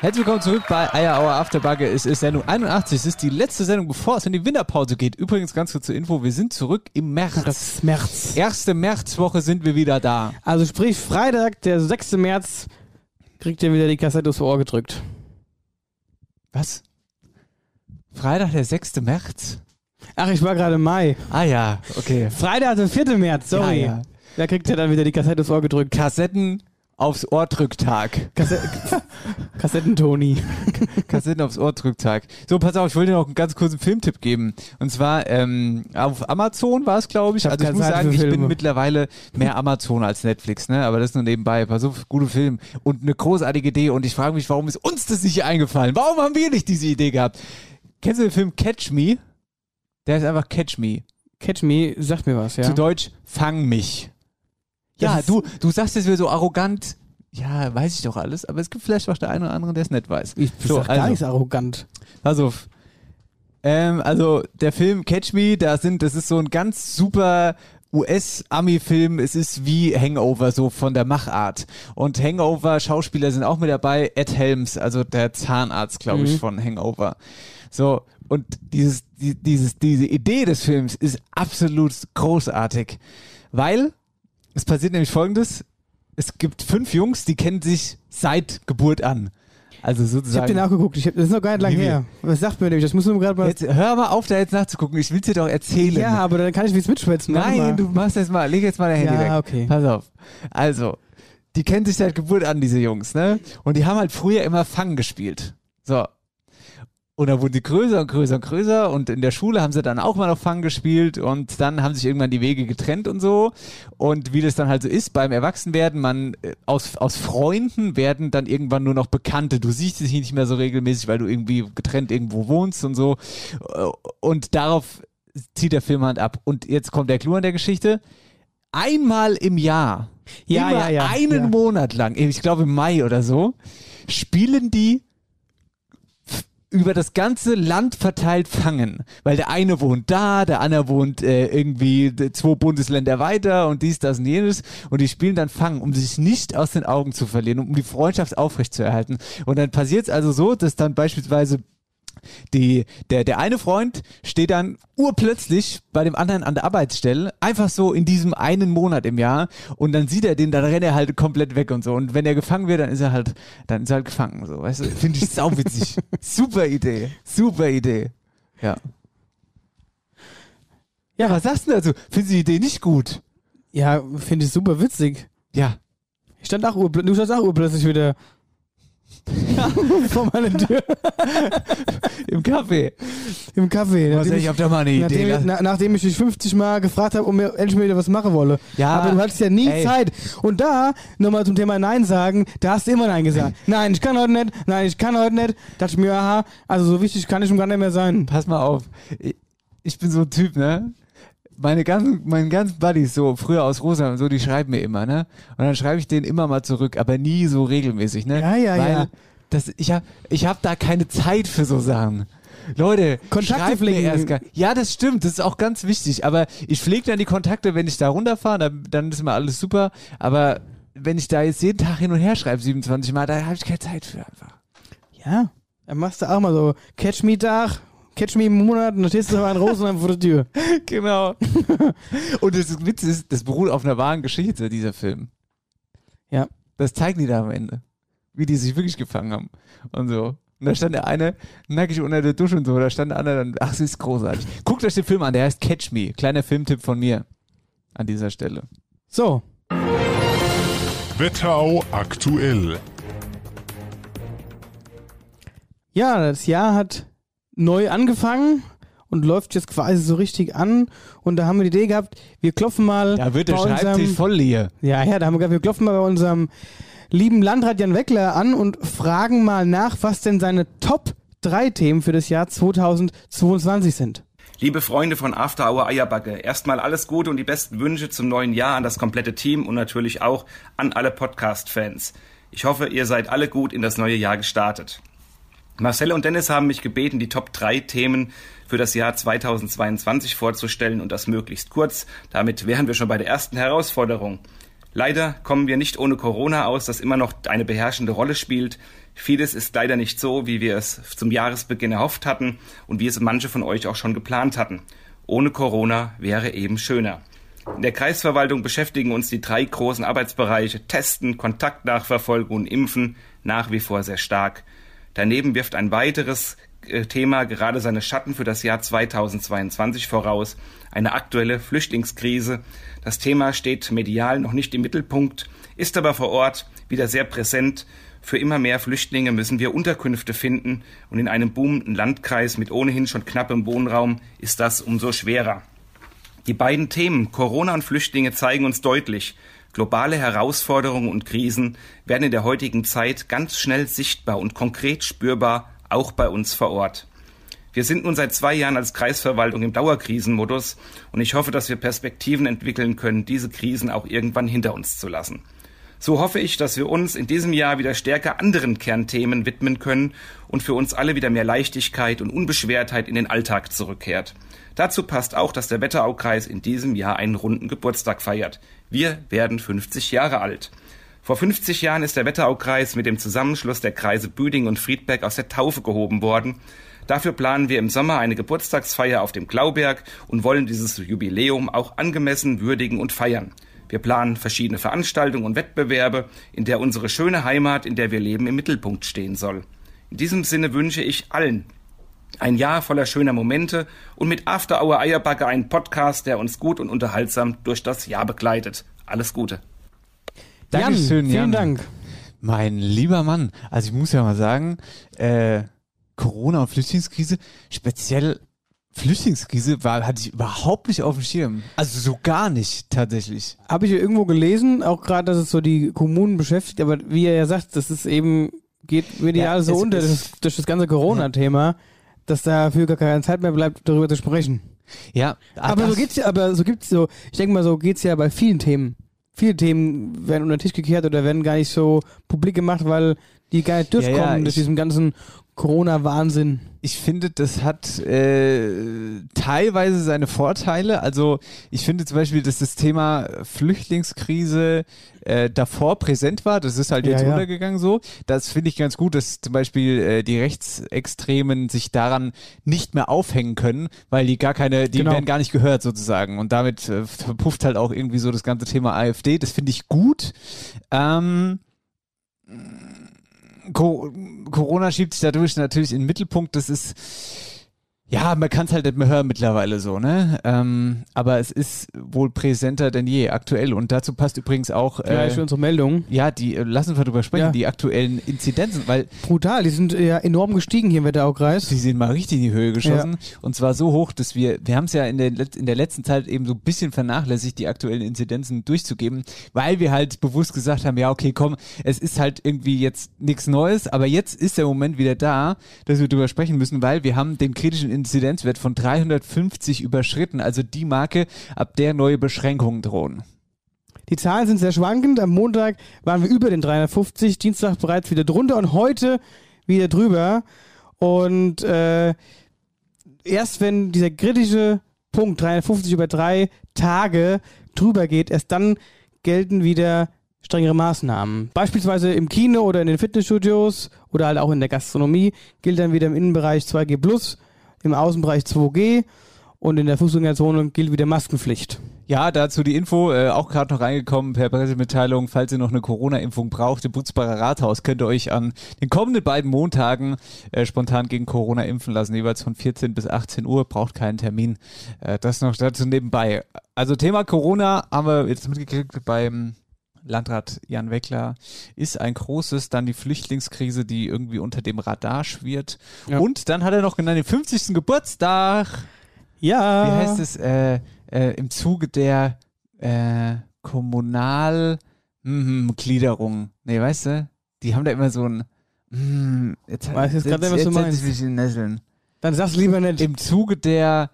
Herzlich willkommen zurück bei Eier Hour Afterbugge. Es ist Sendung 81. Es ist die letzte Sendung, bevor es in die Winterpause geht. Übrigens ganz kurz zur Info, wir sind zurück im März. März. Erste Märzwoche sind wir wieder da. Also sprich, Freitag, der 6. März, kriegt ihr wieder die Kassette aufs Ohr gedrückt. Was? Freitag, der 6. März? Ach, ich war gerade im Mai. Ah ja, okay. Freitag, der 4. März, sorry. Ja, ja. Da kriegt ihr dann wieder die Kassette aufs Ohr gedrückt. Kassetten aufs Ohr drücktag. Kasse Kassettentoni. Kassetten aufs Ohr drücktag. So, pass auf, ich wollte dir noch einen ganz kurzen Filmtipp geben. Und zwar ähm, auf Amazon war es, glaube ich. Ich hab also ich keine muss Zeit sagen, für ich bin Filme. mittlerweile mehr Amazon als Netflix, ne? Aber das nur nebenbei. War so gute Film und eine großartige Idee. Und ich frage mich, warum ist uns das nicht eingefallen? Warum haben wir nicht diese Idee gehabt? Kennst du den Film Catch Me? Der ist einfach Catch Me. Catch Me, sagt mir was, ja. Zu Deutsch, fang mich. Das Ja, ist- du, du sagst es mir so arrogant. Ja, weiß ich doch alles, aber es gibt vielleicht auch der eine oder andere, der es nicht weiß. Ich so, also. sag gar nichts arrogant. Pass auf. Ähm, also der Film Catch Me, da sind, das ist so ein ganz super US-Ami-Film. Es ist wie Hangover, so von der Machart. Und Hangover-Schauspieler sind auch mit dabei. Ed Helms, also der Zahnarzt, glaube Mhm. ich, von Hangover. So, und dieses, die, dieses, diese Idee des Films ist absolut großartig. Weil es passiert nämlich folgendes: Es gibt fünf Jungs, die kennen sich seit Geburt an. Also sozusagen. Ich hab dir nachgeguckt, ich hab, das ist noch gar nicht lang Wie wir. her. Was sagt mir nämlich? Das muss nur gerade mal. Jetzt, hör mal auf, da jetzt nachzugucken. Ich will dir doch erzählen. ja, aber dann kann ich nichts mitschwätzen. warte mal. Nein, du machst jetzt mal, leg jetzt mal dein Handy Ja, weg. okay. Pass auf. Also, die kennen sich seit Geburt an, diese Jungs, ne? Und die haben halt früher immer Fang gespielt. So. Und dann wurden sie größer und größer und größer und in der Schule haben sie dann auch mal noch Fang gespielt und dann haben sich irgendwann die Wege getrennt und so. Und wie das dann halt so ist, beim Erwachsenwerden, man äh, aus, aus Freunden werden dann irgendwann nur noch Bekannte. Du siehst dich nicht mehr so regelmäßig, weil du irgendwie getrennt irgendwo wohnst und so. Äh, Und darauf zieht der Film halt ab. Und jetzt kommt der Clou an der Geschichte. Einmal im Jahr, Ja, immer ja, ja, einen ja. Monat lang, ich glaube im Mai oder so, spielen die über das ganze Land verteilt fangen. Weil der eine wohnt da, der andere wohnt äh, irgendwie d- zwei Bundesländer weiter und dies, das und jenes. Und die spielen dann fangen, um sich nicht aus den Augen zu verlieren und um die Freundschaft aufrechtzuerhalten. Und dann passiert es also so, dass dann beispielsweise die, der, der eine Freund steht dann urplötzlich bei dem anderen an der Arbeitsstelle, einfach so in diesem einen Monat im Jahr und dann sieht er den, dann rennt er halt komplett weg und so. Und wenn er gefangen wird, dann ist er halt, dann ist er halt gefangen. So, weißt du, finde ich sauwitzig. super Idee. Super Idee. Ja. Ja, was sagst du denn dazu? Findest du die Idee nicht gut? Ja, finde ich super witzig. Ja. Ich stand auch urplö- du standst auch urplötzlich wieder vor meiner Tür Im Kaffee. im Café. Was, nachdem ich hab da mal eine nachdem, Idee. ich, Lass- na, nachdem ich dich 50 Mal gefragt habe, ob mir endlich mal wieder was machen wolle. Ja. Aber du hattest ja nie Ah, Ey. Zeit. Und da, nochmal zum Thema Nein sagen, da hast du immer Nein gesagt. Nein, ich kann heute nicht. Nein, ich kann heute nicht. Dachte ich mir, aha, also so wichtig kann ich ihm gar nicht mehr sein. pass mal auf. Ich, ich bin so ein Typ, ne? Meine ganzen, meine ganzen Buddies, so früher aus Rosa und so, die schreiben mir immer, ne? Und dann schreibe ich denen immer mal zurück, aber nie so regelmäßig, ne? Ja, ja, Weil ja. Das, ich hab, ich hab da keine Zeit für so Sachen. Leute, Kontakte schreibt mir pflegen. erst gar, Ja, das stimmt, das ist auch ganz wichtig. Aber ich pflege dann die Kontakte, wenn ich da runterfahre, dann, dann ist immer alles super. Aber wenn ich da jetzt jeden Tag hin und her schreibe, 27 Mal, da habe ich keine Zeit für einfach. Ja. Dann machst du auch mal so Catch Me Tag, Catch Me im Monat und dann stehst du mal in Rosenheim vor der Tür. Genau. Und das Witz ist, das beruht auf einer wahren Geschichte, dieser Film. Ja. Das zeigen die da am Ende. Wie die sich wirklich gefangen haben. Und so. Und da stand der eine nackig unter der Dusche und so. Da stand der andere dann, ach, sie ist großartig. Guckt euch den Film an, der heißt Catch Me. Kleiner Filmtipp von mir. An dieser Stelle. So, Wetterau aktuell. Ja, das Jahr hat neu angefangen und läuft jetzt quasi so richtig an. Und da haben wir die Idee gehabt, wir klopfen mal. Da wird der bei Schreibtisch unserem, voll leer. Ja, ja, da haben wir gedacht, wir klopfen mal bei unserem lieben Landrat Jan Weckler an und fragen mal nach, was denn seine Top 3 Themen für das Jahr 2022 sind. Liebe Freunde von After Hour Eierbacke, erstmal alles Gute und die besten Wünsche zum neuen Jahr an das komplette Team und natürlich auch an alle Podcast-Fans. Ich hoffe, ihr seid alle gut in das neue Jahr gestartet. Marcel und Dennis haben mich gebeten, die Top 3 Themen für das Jahr 2022 vorzustellen und das möglichst kurz. Damit wären wir schon bei der ersten Herausforderung. Leider kommen wir nicht ohne Corona aus, das immer noch eine beherrschende Rolle spielt. Vieles ist leider nicht so, wie wir es zum Jahresbeginn erhofft hatten und wie es manche von euch auch schon geplant hatten. Ohne Corona wäre eben schöner. In der Kreisverwaltung beschäftigen uns die drei großen Arbeitsbereiche Testen, Kontaktnachverfolgung und Impfen nach wie vor sehr stark. Daneben wirft ein weiteres äh, Thema gerade seine Schatten für das Jahr 2022 voraus, eine aktuelle Flüchtlingskrise. Das Thema steht medial noch nicht im Mittelpunkt, ist aber vor Ort wieder sehr präsent. Für immer mehr Flüchtlinge müssen wir Unterkünfte finden und in einem boomenden Landkreis mit ohnehin schon knappem Wohnraum ist das umso schwerer. Die beiden Themen Corona und Flüchtlinge zeigen uns deutlich, globale Herausforderungen und Krisen werden in der heutigen Zeit ganz schnell sichtbar und konkret spürbar, auch bei uns vor Ort. Wir sind nun seit zwei Jahren als Kreisverwaltung im Dauerkrisenmodus und ich hoffe, dass wir Perspektiven entwickeln können, diese Krisen auch irgendwann hinter uns zu lassen. So hoffe ich, dass wir uns in diesem Jahr wieder stärker anderen Kernthemen widmen können und für uns alle wieder mehr Leichtigkeit und Unbeschwertheit in den Alltag zurückkehrt. Dazu passt auch, dass der Wetteraukreis in diesem Jahr einen runden Geburtstag feiert. Wir werden 50 Jahre alt. Vor 50 Jahren ist der Wetteraukreis mit dem Zusammenschluss der Kreise Büding und Friedberg aus der Taufe gehoben worden. Dafür planen wir im Sommer eine Geburtstagsfeier auf dem Glauberg und wollen dieses Jubiläum auch angemessen würdigen und feiern. Wir planen verschiedene Veranstaltungen und Wettbewerbe, in der unsere schöne Heimat, in der wir leben, im Mittelpunkt stehen soll. In diesem Sinne wünsche ich allen ein Jahr voller schöner Momente und mit After Hour Eierbacke einen Podcast, der uns gut und unterhaltsam durch das Jahr begleitet. Alles Gute. Dankeschön, Jan, Jan. vielen Dank. Mein lieber Mann, also ich muss ja mal sagen, äh, Corona und Flüchtlingskrise, speziell Flüchtlingskrise, war, hatte ich überhaupt nicht auf dem Schirm. Also so gar nicht tatsächlich. Habe ich ja irgendwo gelesen, auch gerade, dass es so die Kommunen beschäftigt, aber wie ihr ja sagt, das ist eben, geht medial Ja, so es unter ist- durch, durch das ganze Corona-Thema, dass dafür gar keine Zeit mehr bleibt, darüber zu sprechen. Ja, aber so das- geht's ja, aber so gibt's so, ich denke mal, so geht's ja bei vielen Themen. Viele Themen werden unter den Tisch gekehrt oder werden gar nicht so publik gemacht, weil die gar nicht durchkommen ja, durch ich- diesen ganzen Corona-Wahnsinn. ich finde, das hat äh, teilweise seine Vorteile. Also ich finde zum Beispiel, dass das Thema Flüchtlingskrise äh, davor präsent war. Das ist halt Ja, jetzt ja. runtergegangen so. Das finde ich ganz gut, dass zum Beispiel äh, die Rechtsextremen sich daran nicht mehr aufhängen können, weil die gar keine, die Genau. werden gar nicht gehört sozusagen. Und damit äh, verpufft halt auch irgendwie so das ganze Thema AfD. Das finde ich gut. Ähm, Co Corona schiebt sich dadurch natürlich in den Mittelpunkt. Das ist, ja, man kann es halt nicht mehr hören mittlerweile so, ne? Ähm, aber es ist wohl präsenter denn je aktuell. Und dazu passt übrigens auch, äh, Gleich ja, unsere Meldung. die, äh, lassen wir drüber sprechen, Ja. die aktuellen Inzidenzen, weil Brutal, die sind ja enorm gestiegen hier im Wetteraukreis. die sind mal richtig in die Höhe geschossen. Und zwar so hoch, dass wir, wir haben es ja in der, Let- in der letzten Zeit eben so ein bisschen vernachlässigt, die aktuellen Inzidenzen durchzugeben, weil wir halt bewusst gesagt haben, ja, okay, komm, es ist halt irgendwie jetzt nichts Neues, aber jetzt ist der Moment wieder da, dass wir drüber sprechen müssen, weil wir haben den kritischen Inzidenzwert von 350 überschritten, also die Marke, ab der neue Beschränkungen drohen. Die Zahlen sind sehr schwankend. Am Montag waren wir über den 350, Dienstag bereits wieder drunter und heute wieder drüber. Und äh, erst wenn dieser kritische Punkt 350 über drei Tage drüber geht, erst dann gelten wieder strengere Maßnahmen. Beispielsweise im Kino oder in den Fitnessstudios oder halt auch in der Gastronomie gilt dann wieder im Innenbereich 2G+, im Außenbereich 2G und in der Fußgängerzone gilt wieder Maskenpflicht. Ja, dazu die Info, äh, auch gerade noch reingekommen per Pressemitteilung, falls ihr noch eine Corona-Impfung braucht, im Butzbacher Rathaus könnt ihr euch an den kommenden beiden Montagen äh, spontan gegen Corona impfen lassen, jeweils von 14 bis 18 Uhr, braucht keinen Termin. Äh, das noch dazu nebenbei. Also Thema Corona haben wir jetzt mitgekriegt beim Landrat Jan Weckler ist ein großes, dann die Flüchtlingskrise, die irgendwie unter dem Radar schwirrt. Ja. Und dann hat er noch genannt den 50. Geburtstag Ja. wie heißt es, äh, äh, im Zuge der äh, Kommunal mhm, Gliederung. Nee, weißt du? Die haben da immer so ein mhm, jetzt, Weiß jetzt grad nicht, was setz du meinst. ich mich in Nesseln. Dann sag's lieber nicht. Im Zuge der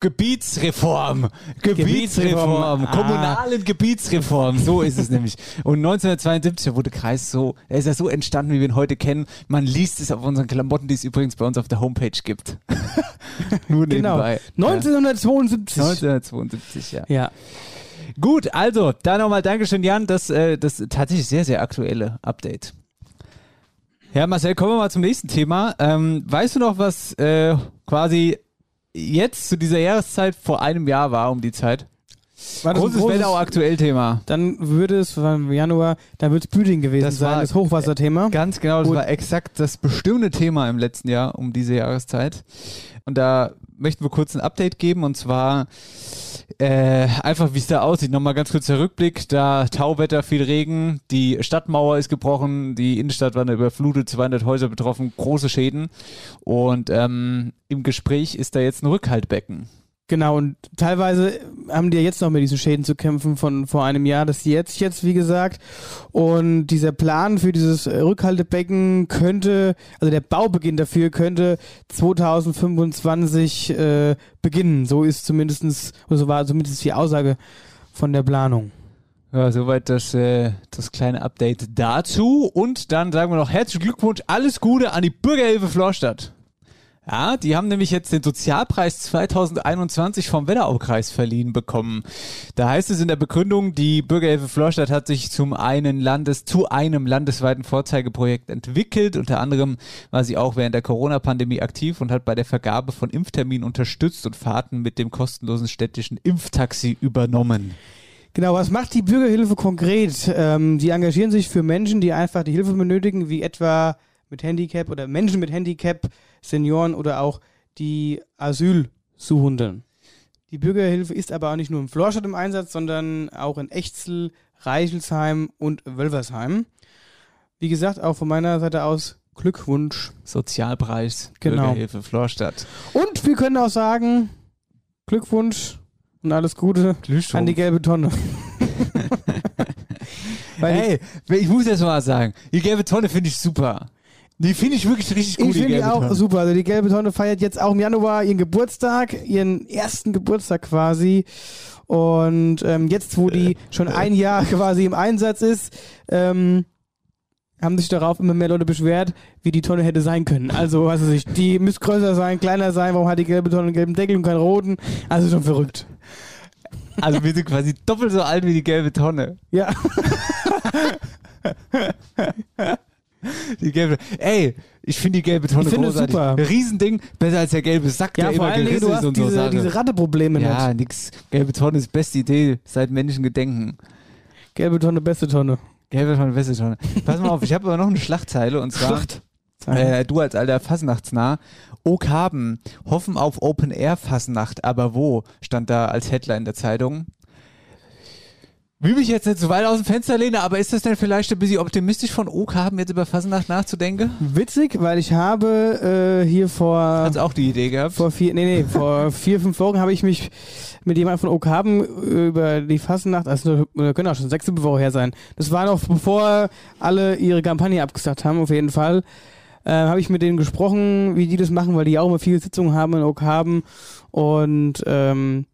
Gebietsreform. Gebietsreform. Gebietsreform. Ah. Kommunalen Gebietsreform. So ist es nämlich. Und 1972 wurde Kreis so, er ist ja so entstanden, wie wir ihn heute kennen. Man liest es auf unseren Klamotten, die es übrigens bei uns auf der Homepage gibt. Nur Genau. nebenbei. Ja. 1972. 1972, ja. Ja. Gut, also, da nochmal Dankeschön, Jan. Das, äh, das tatsächlich sehr, sehr aktuelle Update. Ja, Marcel, kommen wir mal zum nächsten Thema. Ähm, weißt du noch, was äh, quasi jetzt zu dieser Jahreszeit vor einem Jahr war, um die Zeit? War Ah, das ein Großes Wetterau-Aktuell-Thema. Dann würde es, war im Januar, dann wird es Büding gewesen Das sein, war- das Hochwasserthema. Ganz genau, das Gut. war exakt das bestimmte Thema im letzten Jahr um diese Jahreszeit. Und da möchten wir kurz ein Update geben und zwar äh, einfach, wie es da aussieht. Nochmal ganz kurz der Rückblick. Da Tauwetter, viel Regen, die Stadtmauer ist gebrochen, die Innenstadt war überflutet, 200 Häuser betroffen, große Schäden. Und ähm, im Gespräch ist da jetzt ein Rückhaltbecken. Genau, und teilweise haben die ja jetzt noch mit diesen Schäden zu kämpfen von vor einem Jahr, das jetzt, jetzt, wie gesagt. Und dieser Plan für dieses äh, Rückhaltebecken könnte, also der Baubeginn dafür könnte 2025 äh, beginnen. So ist zumindestens oder so war zumindest die Aussage von der Planung. Ja, soweit das, äh, das kleine Update dazu. Und dann sagen wir noch herzlichen Glückwunsch, alles Gute an die Bürgerhilfe Florstadt. Ja, die haben nämlich jetzt den Sozialpreis 2021 vom Wetteraukreis verliehen bekommen. Da heißt es in der Begründung, die Bürgerhilfe Florstadt hat sich zum einen Landes, zu einem landesweiten Vorzeigeprojekt entwickelt. Unter anderem war sie auch während der Corona-Pandemie aktiv und hat bei der Vergabe von Impfterminen unterstützt und Fahrten mit dem kostenlosen städtischen Impftaxi übernommen. Genau, was macht die Bürgerhilfe konkret? Ähm, sie engagieren sich für Menschen, die einfach die Hilfe benötigen, wie etwa mit Handicap oder Menschen mit Handicap, Senioren oder auch die Asylsuchenden. Die Bürgerhilfe ist aber auch nicht nur in Florstadt im Einsatz, sondern auch in Echzel, Reichelsheim und Wölversheim. Wie gesagt, auch von meiner Seite aus Glückwunsch. Sozialpreis, Genau. Bürgerhilfe Florstadt. Und wir können auch sagen, Glückwunsch und alles Gute an die gelbe Tonne. Weil die- Hey, ich muss jetzt mal sagen, die gelbe Tonne finde ich super. Die finde ich wirklich richtig gut, Ich finde die gelbe auch Tonne. super. Also die gelbe Tonne feiert jetzt auch im Januar ihren Geburtstag, ihren ersten Geburtstag quasi. Und ähm, jetzt, wo Äh, die schon ein Jahr quasi im Einsatz ist, ähm, haben sich darauf immer mehr Leute beschwert, wie die Tonne hätte sein können. Also, was weiß ich, die müsste größer sein, kleiner sein, warum hat die gelbe Tonne einen gelben Deckel und keinen roten? Also schon verrückt. Also wir sind quasi doppelt so alt wie die gelbe Tonne. Ja. Die gelbe, ey, ich finde die gelbe Tonne Ich finde es großartig. super. Riesending, besser als der gelbe Sack, Ja, der vor immer allen Dingen, gerissen du ist hast und so diese, Sachen. diese Rateprobleme ja, nicht. nix. Gelbe Tonne ist beste Idee seit Menschengedenken. Gelbe Tonne, beste Tonne. Gelbe Tonne, beste Tonne. Pass mal auf, ich habe aber noch eine Schlachtzeile und zwar. Äh, du als alter Fasnachtsnah. Okhaben hoffen auf Open Air Fasnacht, aber wo? Stand da als Headline der Zeitung. Will mich jetzt nicht so weit aus dem Fenster lehnen, aber ist das denn vielleicht ein bisschen optimistisch von Okhaben jetzt über Fasnacht nachzudenken? Witzig, weil ich habe äh, hier vor... Hat's auch die Idee gehabt. Vor vier, nee, nee, vor vier, fünf Wochen habe ich mich mit jemandem von Okhaben über die Fastnacht, also äh, können auch schon sechste Woche her sein. Das war noch bevor alle ihre Kampagne abgesagt haben, auf jeden Fall. Äh, habe ich mit denen gesprochen, wie die das machen, weil die auch immer viele Sitzungen haben in Okhaben und ähm,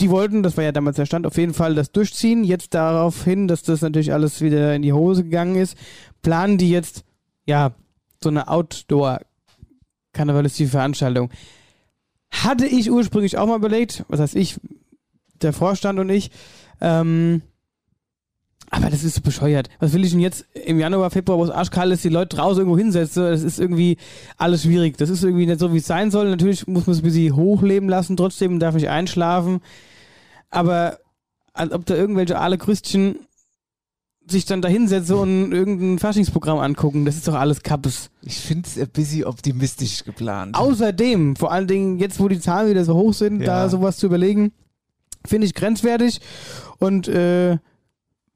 die wollten, das war ja damals der Stand, auf jeden Fall das durchziehen. Jetzt darauf hin, dass das natürlich alles wieder in die Hose gegangen ist, planen die jetzt, ja, so eine Outdoor-karnevalistische Veranstaltung. Hatte ich ursprünglich auch mal überlegt, was heißt ich, der Vorstand und ich. Ähm, aber das ist so bescheuert. Was will ich denn jetzt im Januar, Februar, wo es arschkalt ist, die Leute draußen irgendwo hinsetzen? Das ist irgendwie alles schwierig. Das ist irgendwie nicht so, wie es sein soll. Natürlich muss man es ein bisschen hochleben lassen, trotzdem darf ich einschlafen. Aber als ob da irgendwelche alle Christchen sich dann da hinsetzen und irgendein Faschingsprogramm angucken, das ist doch alles Kappes. Ich finde es ein bisschen optimistisch geplant. Außerdem, vor allen Dingen jetzt, wo die Zahlen wieder so hoch sind, Ja. da sowas zu überlegen, finde ich grenzwertig und äh,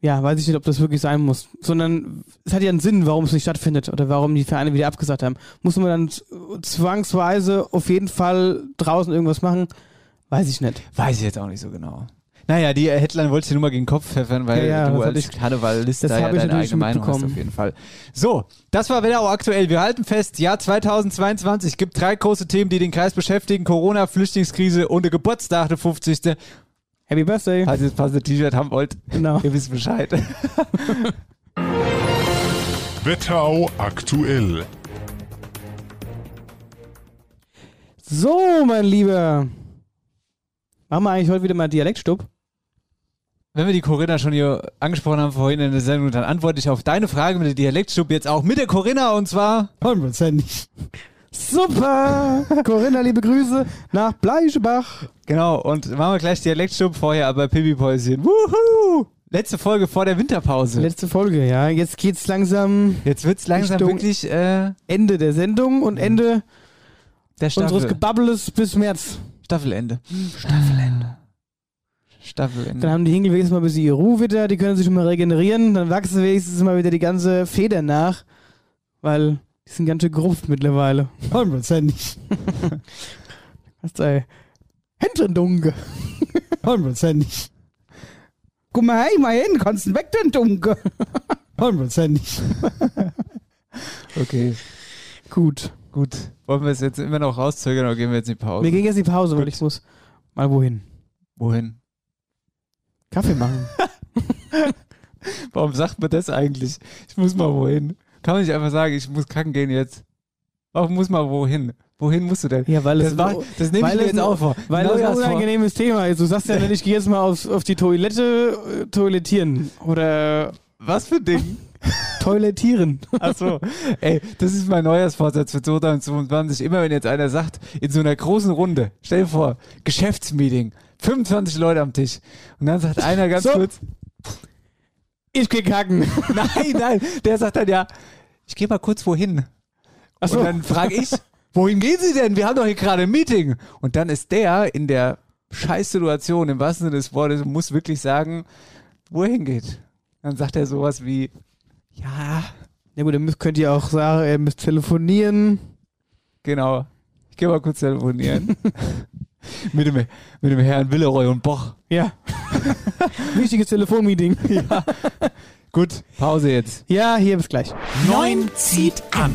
ja, weiß ich nicht, ob das wirklich sein muss. Sondern es hat ja einen Sinn, warum es nicht stattfindet oder warum die Vereine wieder abgesagt haben. Muss man dann z- zwangsweise auf jeden Fall draußen irgendwas machen? Weiß ich nicht. Weiß ich jetzt auch nicht so genau. Naja, die Headline wollte ich dir nur mal gegen den Kopf pfeffern, weil Ja, ja, du das hab als ich- Karnevalist da das ja hab ich deine natürlich eigene schon Meinung hast auf mitbekommen. jeden Fall. So, das war Wetterau aktuell. Wir halten fest, Jahr 2022 gibt drei große Themen, die den Kreis beschäftigen. Corona, Flüchtlingskrise und der Geburtstag, der 50. Happy Birthday. Falls ihr das passende T-Shirt haben wollt, Genau. ihr wisst Bescheid. Wetterau aktuell. So, mein Lieber. Machen wir eigentlich heute wieder mal Dialektstub? wenn wir die Corinna schon hier angesprochen haben vorhin in der Sendung, dann antworte ich auf deine Frage mit der Dialektstube jetzt auch mit der Corinna und zwar Hundertprozentig. Super! Corinna, liebe Grüße nach Bleichebach. Genau, und machen wir gleich Dialektstub vorher, aber Pipi-Päuschen. Wuhu! Letzte Folge vor der Winterpause. Letzte Folge, ja. Jetzt geht's langsam Jetzt wird's langsam Richtung- wirklich äh, Ende der Sendung und Ende der unseres Staffel, Gebabbeles bis März. Staffelende. Staffelende. Staffelende. Dann haben die Hinkel wenigstens mal ein bisschen ihre Ruhe wieder, die können sich schon mal regenerieren, dann wachsen wenigstens mal wieder die ganze Feder nach, weil die sind ganz schön gerupft mittlerweile. Hundertprozentig. Was sei? Händrendunke. Hundertprozentig. Guck mal hey, mal hin, kannst du weg, den Dunke. Hundertprozentig. Okay, Gut. gut. Wollen wir es jetzt immer noch rauszögern oder gehen wir jetzt in die Pause? Mir ging jetzt die Pause, weil Gut. ich muss mal wohin. Wohin? Kaffee machen. Warum sagt man das eigentlich? Ich muss mal wohin. Kann man nicht einfach sagen, ich muss kacken gehen jetzt. Warum muss man wohin? Wohin musst du denn? Ja, weil Das, es war, das nehme ich weil mir es jetzt ein- auch vor. Weil das ein Neujahrsvor- unangenehmes Thema ist. Du sagst ja, nicht, ich gehe jetzt mal auf, auf die Toilette äh, toilettieren oder Was für ein Ding? toilettieren. Achso, ey, das ist mein Neujahrsvorsatz für 2022. Immer wenn jetzt einer sagt, in so einer großen Runde, stell dir vor, Geschäftsmeeting, 25 Leute am Tisch. Und dann sagt einer ganz So. kurz, Ich gehe kacken. nein, nein, der sagt dann ja, ich gehe mal kurz wohin. Achso, Und dann frage ich, wohin gehen Sie denn? Wir haben doch hier gerade ein Meeting. Und dann ist der in der Scheißsituation, im wahrsten Sinne des Wortes, und muss wirklich sagen, wo er hingeht. Dann sagt er sowas wie, ja, ja gut, dann müsst, könnt ihr auch sagen, ihr müsst telefonieren. Genau. Ich gehe mal kurz telefonieren. mit, dem, mit dem Herrn Willeroy und Boch. Ja. Wichtiges Telefonmeeting. Gut, Pause jetzt. Ja, hier bis gleich. 9 zieht an.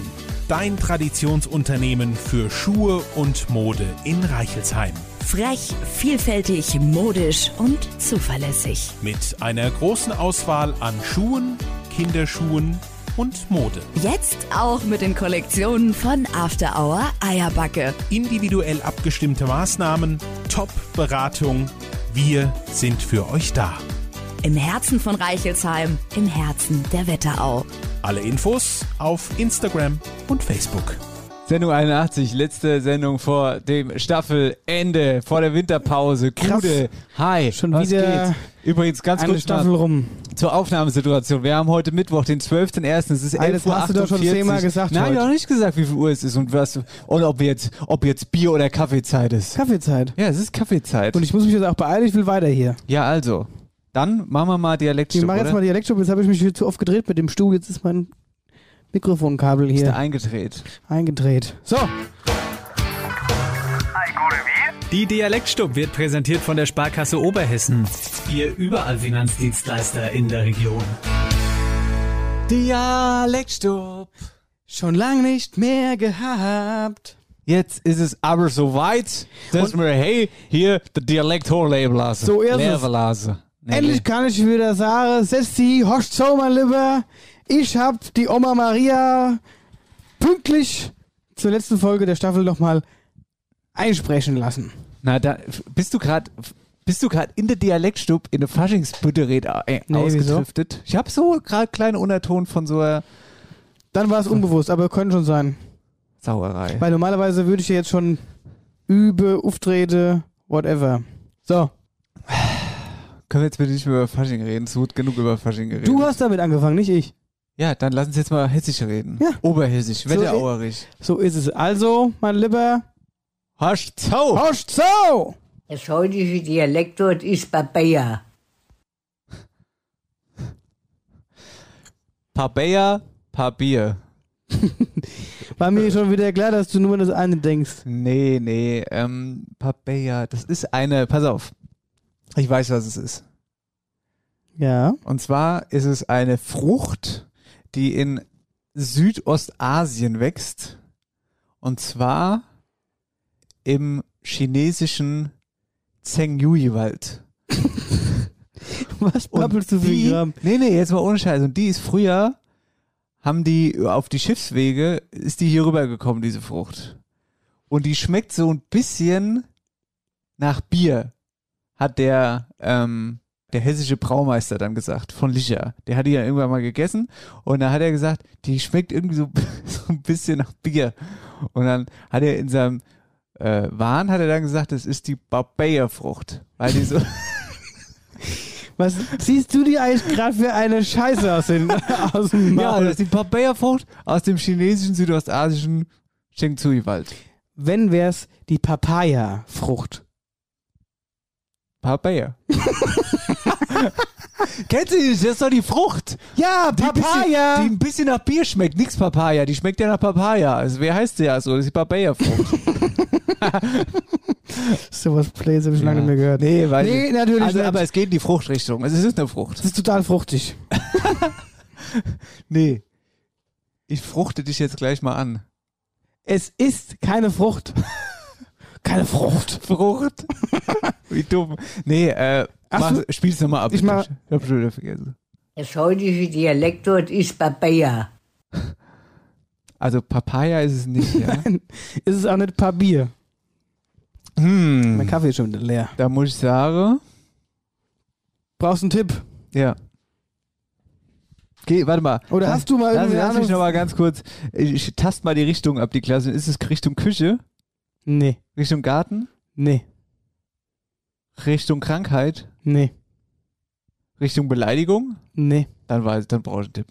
Dein Traditionsunternehmen für Schuhe und Mode in Reichelsheim. Frech, vielfältig, modisch und zuverlässig. Mit einer großen Auswahl an Schuhen, Kinderschuhen und Mode. Jetzt auch mit den Kollektionen von After Hour Eierbacke. Individuell abgestimmte Maßnahmen, Top-Beratung. Wir sind für euch da. Im Herzen von Reichelsheim, im Herzen der Wetterau. Alle Infos auf Instagram und Facebook. Sendung 81, letzte Sendung vor dem Staffelende, vor der Winterpause. Krass. Gute. Hi. Schon was wieder geht's? Übrigens, ganz Eine kurz Staffel mal rum. zur Aufnahmesituation. Wir haben heute Mittwoch, den 12.01. Es ist 11.48 Ey, das hast du doch schon zehnmal gesagt Nein, heute. ich habe nicht gesagt, wie viel Uhr es ist und was und ob jetzt, ob jetzt Bier oder Kaffeezeit ist. Kaffeezeit. Ja, es ist Kaffeezeit. Und ich muss mich jetzt auch beeilen, ich will weiter hier. ja, also. Dann machen wir mal Ich Dialektstück, mache jetzt oder? mal Dialektstub, jetzt habe ich mich viel zu oft gedreht mit dem Stuhl, jetzt ist mein Mikrofonkabel Ist da hier eingedreht. eingedreht. So, Die Dialektstub wird präsentiert von der Sparkasse Oberhessen. Ihr überall Finanzdienstleister in der Region. Dialektstub. schon lange nicht mehr gehabt. Jetzt ist es aber soweit, dass wir hey, hier den Dialekt hochleben lassen. So ist es. Leben lassen. Nee, Endlich kann ich wieder sagen, setz die Horst so, mein Lieber. Ich hab die Oma Maria pünktlich zur letzten Folge der Staffel nochmal einsprechen lassen. nee. Na, da bist du gerade. Bist du gerade in der Dialektstub in der Faschingsbütterät äh, Nee, ausgedriftet? Ich habe so gerade kleine Unterton von so einer Dann war es unbewusst, aber könnte schon sein. Sauerei. Weil normalerweise würde ich ja jetzt schon übe, auftrete, whatever. So, Können wir jetzt bitte nicht mehr über Fasching reden? Es wird genug über Fasching geredet. du hast damit angefangen, nicht ich. ja, dann lass uns jetzt mal hessisch reden. Ja. Oberhessisch, So, Wetterauerisch. So ist es. Also, mein Lieber, Hasch, zau! Horst so! Das heutige Dialektwort ist Babea. Pabeja, Papier. War mir schon wieder klar, dass du nur an das eine denkst. Nee, nee, ähm, Papaya, das ist eine, pass auf, ich weiß, was es ist. Ja. Und zwar ist es eine Frucht, die in Südostasien wächst. Und zwar im chinesischen Zhengyui-Wald. Was Und babbelst du für die- ein Gramm? Nee, nee, jetzt mal ohne Scheiß. Und die ist früher, haben die auf die Schiffswege, ist die hier rübergekommen, diese Frucht. Und die schmeckt so ein bisschen nach Bier, hat der ähm, der hessische Braumeister dann gesagt, von Lischer. Der hatte ja irgendwann mal gegessen und da hat er gesagt, die schmeckt irgendwie so, so ein bisschen nach Bier. Und dann hat er in seinem äh, Wahn hat er dann gesagt, das ist die Barbeierfrucht. Weil die so. Was ziehst du dir eigentlich gerade für eine Scheiße aus, den, aus dem ja, Maul? das ist die Barbeierfrucht aus dem chinesischen, südostasischen Chengzui-Wald. Wenn wär's die Papaya-Frucht. Papaya. Kennst du die nicht? Das ist doch die Frucht. Ja, Die Papaya! Bisschen, die ein bisschen nach Bier schmeckt. Nix Papaya. Die schmeckt ja nach Papaya. Also, wer heißt sie ja so? Das ist die Papaya-Frucht. Sowas Plays habe ich lange Ja. nicht mehr gehört. Nee, weiß Nee, ich. natürlich also, nicht. Aber es geht in die Fruchtrichtung. Also, es ist eine Frucht. Das ist total fruchtig. Nee. Ich fruchte dich jetzt gleich mal an. Es ist keine Frucht. keine Frucht. Frucht. Wie dumm. Nee, äh, Ach mach, so. spiel's nochmal ab. Ich mach- bitte. Ich hab schon wieder vergessen. Das heutige Dialektwort ist Papaya. Also, Papaya ist es nicht, ja? Ist es auch nicht Papier. hm. Mein Kaffee ist schon wieder leer. Da muss ich sagen, Brauchst einen Tipp? ja. Okay, warte mal. Oder Lass- hast du mal Lass, irgendwie lass mich eine noch Ahnung? mal ganz kurz. Ich, ich tast mal die Richtung ab, die Klasse. Ist es Richtung Küche? Nee, Richtung Garten? nee, Richtung Krankheit? nee, Richtung Beleidigung? nee. Dann weiß, dann brauche ich einen Tipp.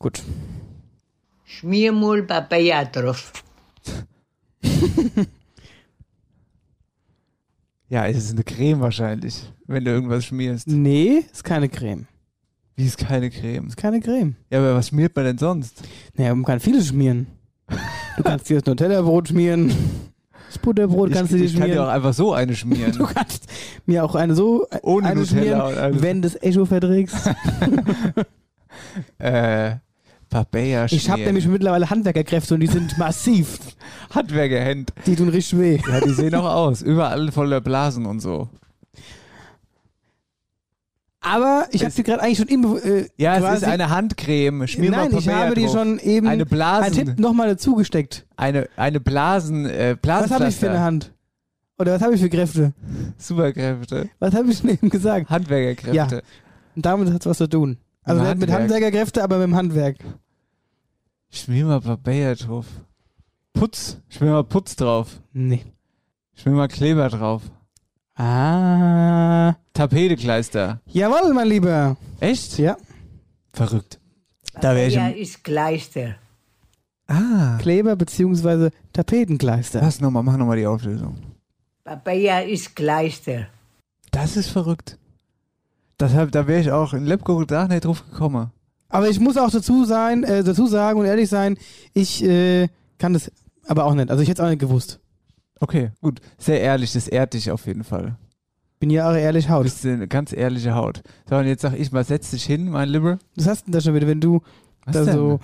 Gut. Schmier mal Papaya drauf. Ja, es ist eine Creme wahrscheinlich, wenn du irgendwas schmierst. Nee, ist keine Creme. Wie ist keine Creme? Ist keine Creme. Ja, aber was schmiert man denn sonst? Naja, man kann vieles schmieren. Du kannst dir das Nutella-Brot schmieren. Das Butterbrot ich, kannst du dir ich kann dir auch schmieren. einfach so eine Du schmieren. kannst mir auch eine so Ohne eine Nutella und schmieren, alles. wenn du das Echo verträgst. äh, Papaya schmieren. Ich habe nämlich mittlerweile Handwerkerkräfte und die sind massiv. Handwerkerhänd. Die tun richtig weh. Ja, die sehen auch aus. Überall voller Blasen und so. Aber ich habe sie gerade eigentlich schon im äh, Ja, es ist quasi- eine Handcreme. Schmier Nein, mal ich Papaya habe die drauf. schon eben Eine Blasen. als Tipp nochmal dazu gesteckt. Eine, eine Blasen, äh, Was habe ich für eine Blasenpflaster. Hand? Oder was habe ich für Kräfte? Superkräfte. Was habe ich denn eben gesagt? Handwerkerkräfte. Und damit hat's was zu tun. Also Im nicht mit Handwerk. Handwerkerkräfte, aber mit dem Handwerk. Schmier mal Papaya drauf. Putz. Schmier mal Putz drauf. Nee. Schmier mal Kleber drauf. Ah. Tapetekleister. Jawohl, mein Lieber. Echt? Ja. Verrückt. Da wäre ich. Papaya im- ist Kleister. Ah. Kleber bzw. Tapetenkleister. Lass nochmal, mach nochmal die Auflösung. Papaya ist Kleister. Das ist verrückt. Deshalb, da wäre ich auch in Lepko da nicht drauf gekommen. Aber ich muss auch dazu sein, äh, dazu sagen und ehrlich sein, ich äh, kann das aber auch nicht. Also ich hätte es auch nicht gewusst. Okay, gut. Sehr ehrlich, das ehrt dich auf jeden Fall. Bin ja auch ehrlich Du Haut. bist eine ganz ehrliche Haut. So, und jetzt sag ich mal, setz dich hin, mein Lieber. Was hast du denn da schon wieder, wenn du Was da denn? so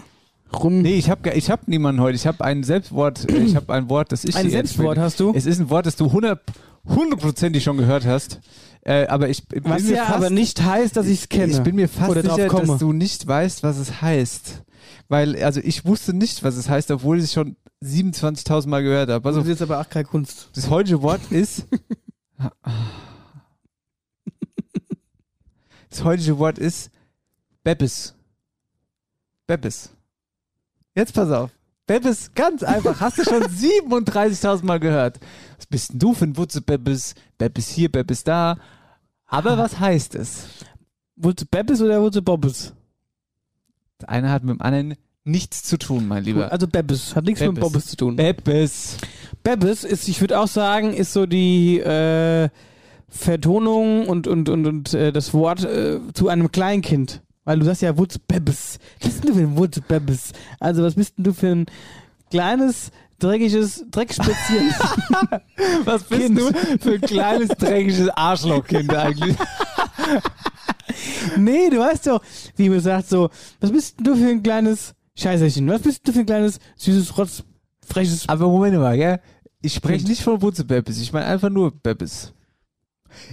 rum. Nee, ich habe ich hab niemanden heute. Ich habe ein Selbstwort. äh, Ich habe ein Wort, das ich ein dir jetzt Selbstwort bin. hast du? Es ist ein Wort, das du hundert- hundertprozentig schon gehört hast. Äh, aber ich bin Was mir ja fast, aber nicht heißt, dass ich es kenne. Ich bin mir fast oder drauf sicher, komme. dass du nicht weißt, was es heißt. Weil, also ich wusste nicht, was es heißt, obwohl ich es schon 27.000 Mal gehört habe. Das Also ist jetzt aber auch keine Kunst. das heutige Wort ist... das heutige Wort ist Beppes. Beppes. Jetzt pass auf. Beppes, ganz einfach. Hast du schon 37.000 Mal gehört. Was bist denn du für ein Wutze Beppes? Beppes hier, Beppes da. Aber was heißt es? Wurde Beppes oder wurde Bobbes? Das eine hat mit dem anderen nichts zu tun, mein Lieber. Also Beppes. Hat nichts mit Beppes. Bobbes zu tun. Beppes. Beppes ist, ich würde auch sagen, ist so die äh, Vertonung und, und, und, und äh, das Wort äh, zu einem Kleinkind. Weil du sagst ja, Wutz Beppes. Was bist denn du für ein Wutz Beppes? Also, was bist denn du für ein kleines, dreckiges, dreckspezierendes Was bist Kind. du für ein kleines, dreckiges Arschlochkind eigentlich? Nee, du weißt doch, wie man sagt so, was bist denn du für ein kleines Scheißerchen? Was bist denn du für ein kleines, süßes, rotz, freches... Aber Moment mal, gell? Ich spreche Kind. nicht von Wutze Beppes. Ich meine einfach nur Beppes.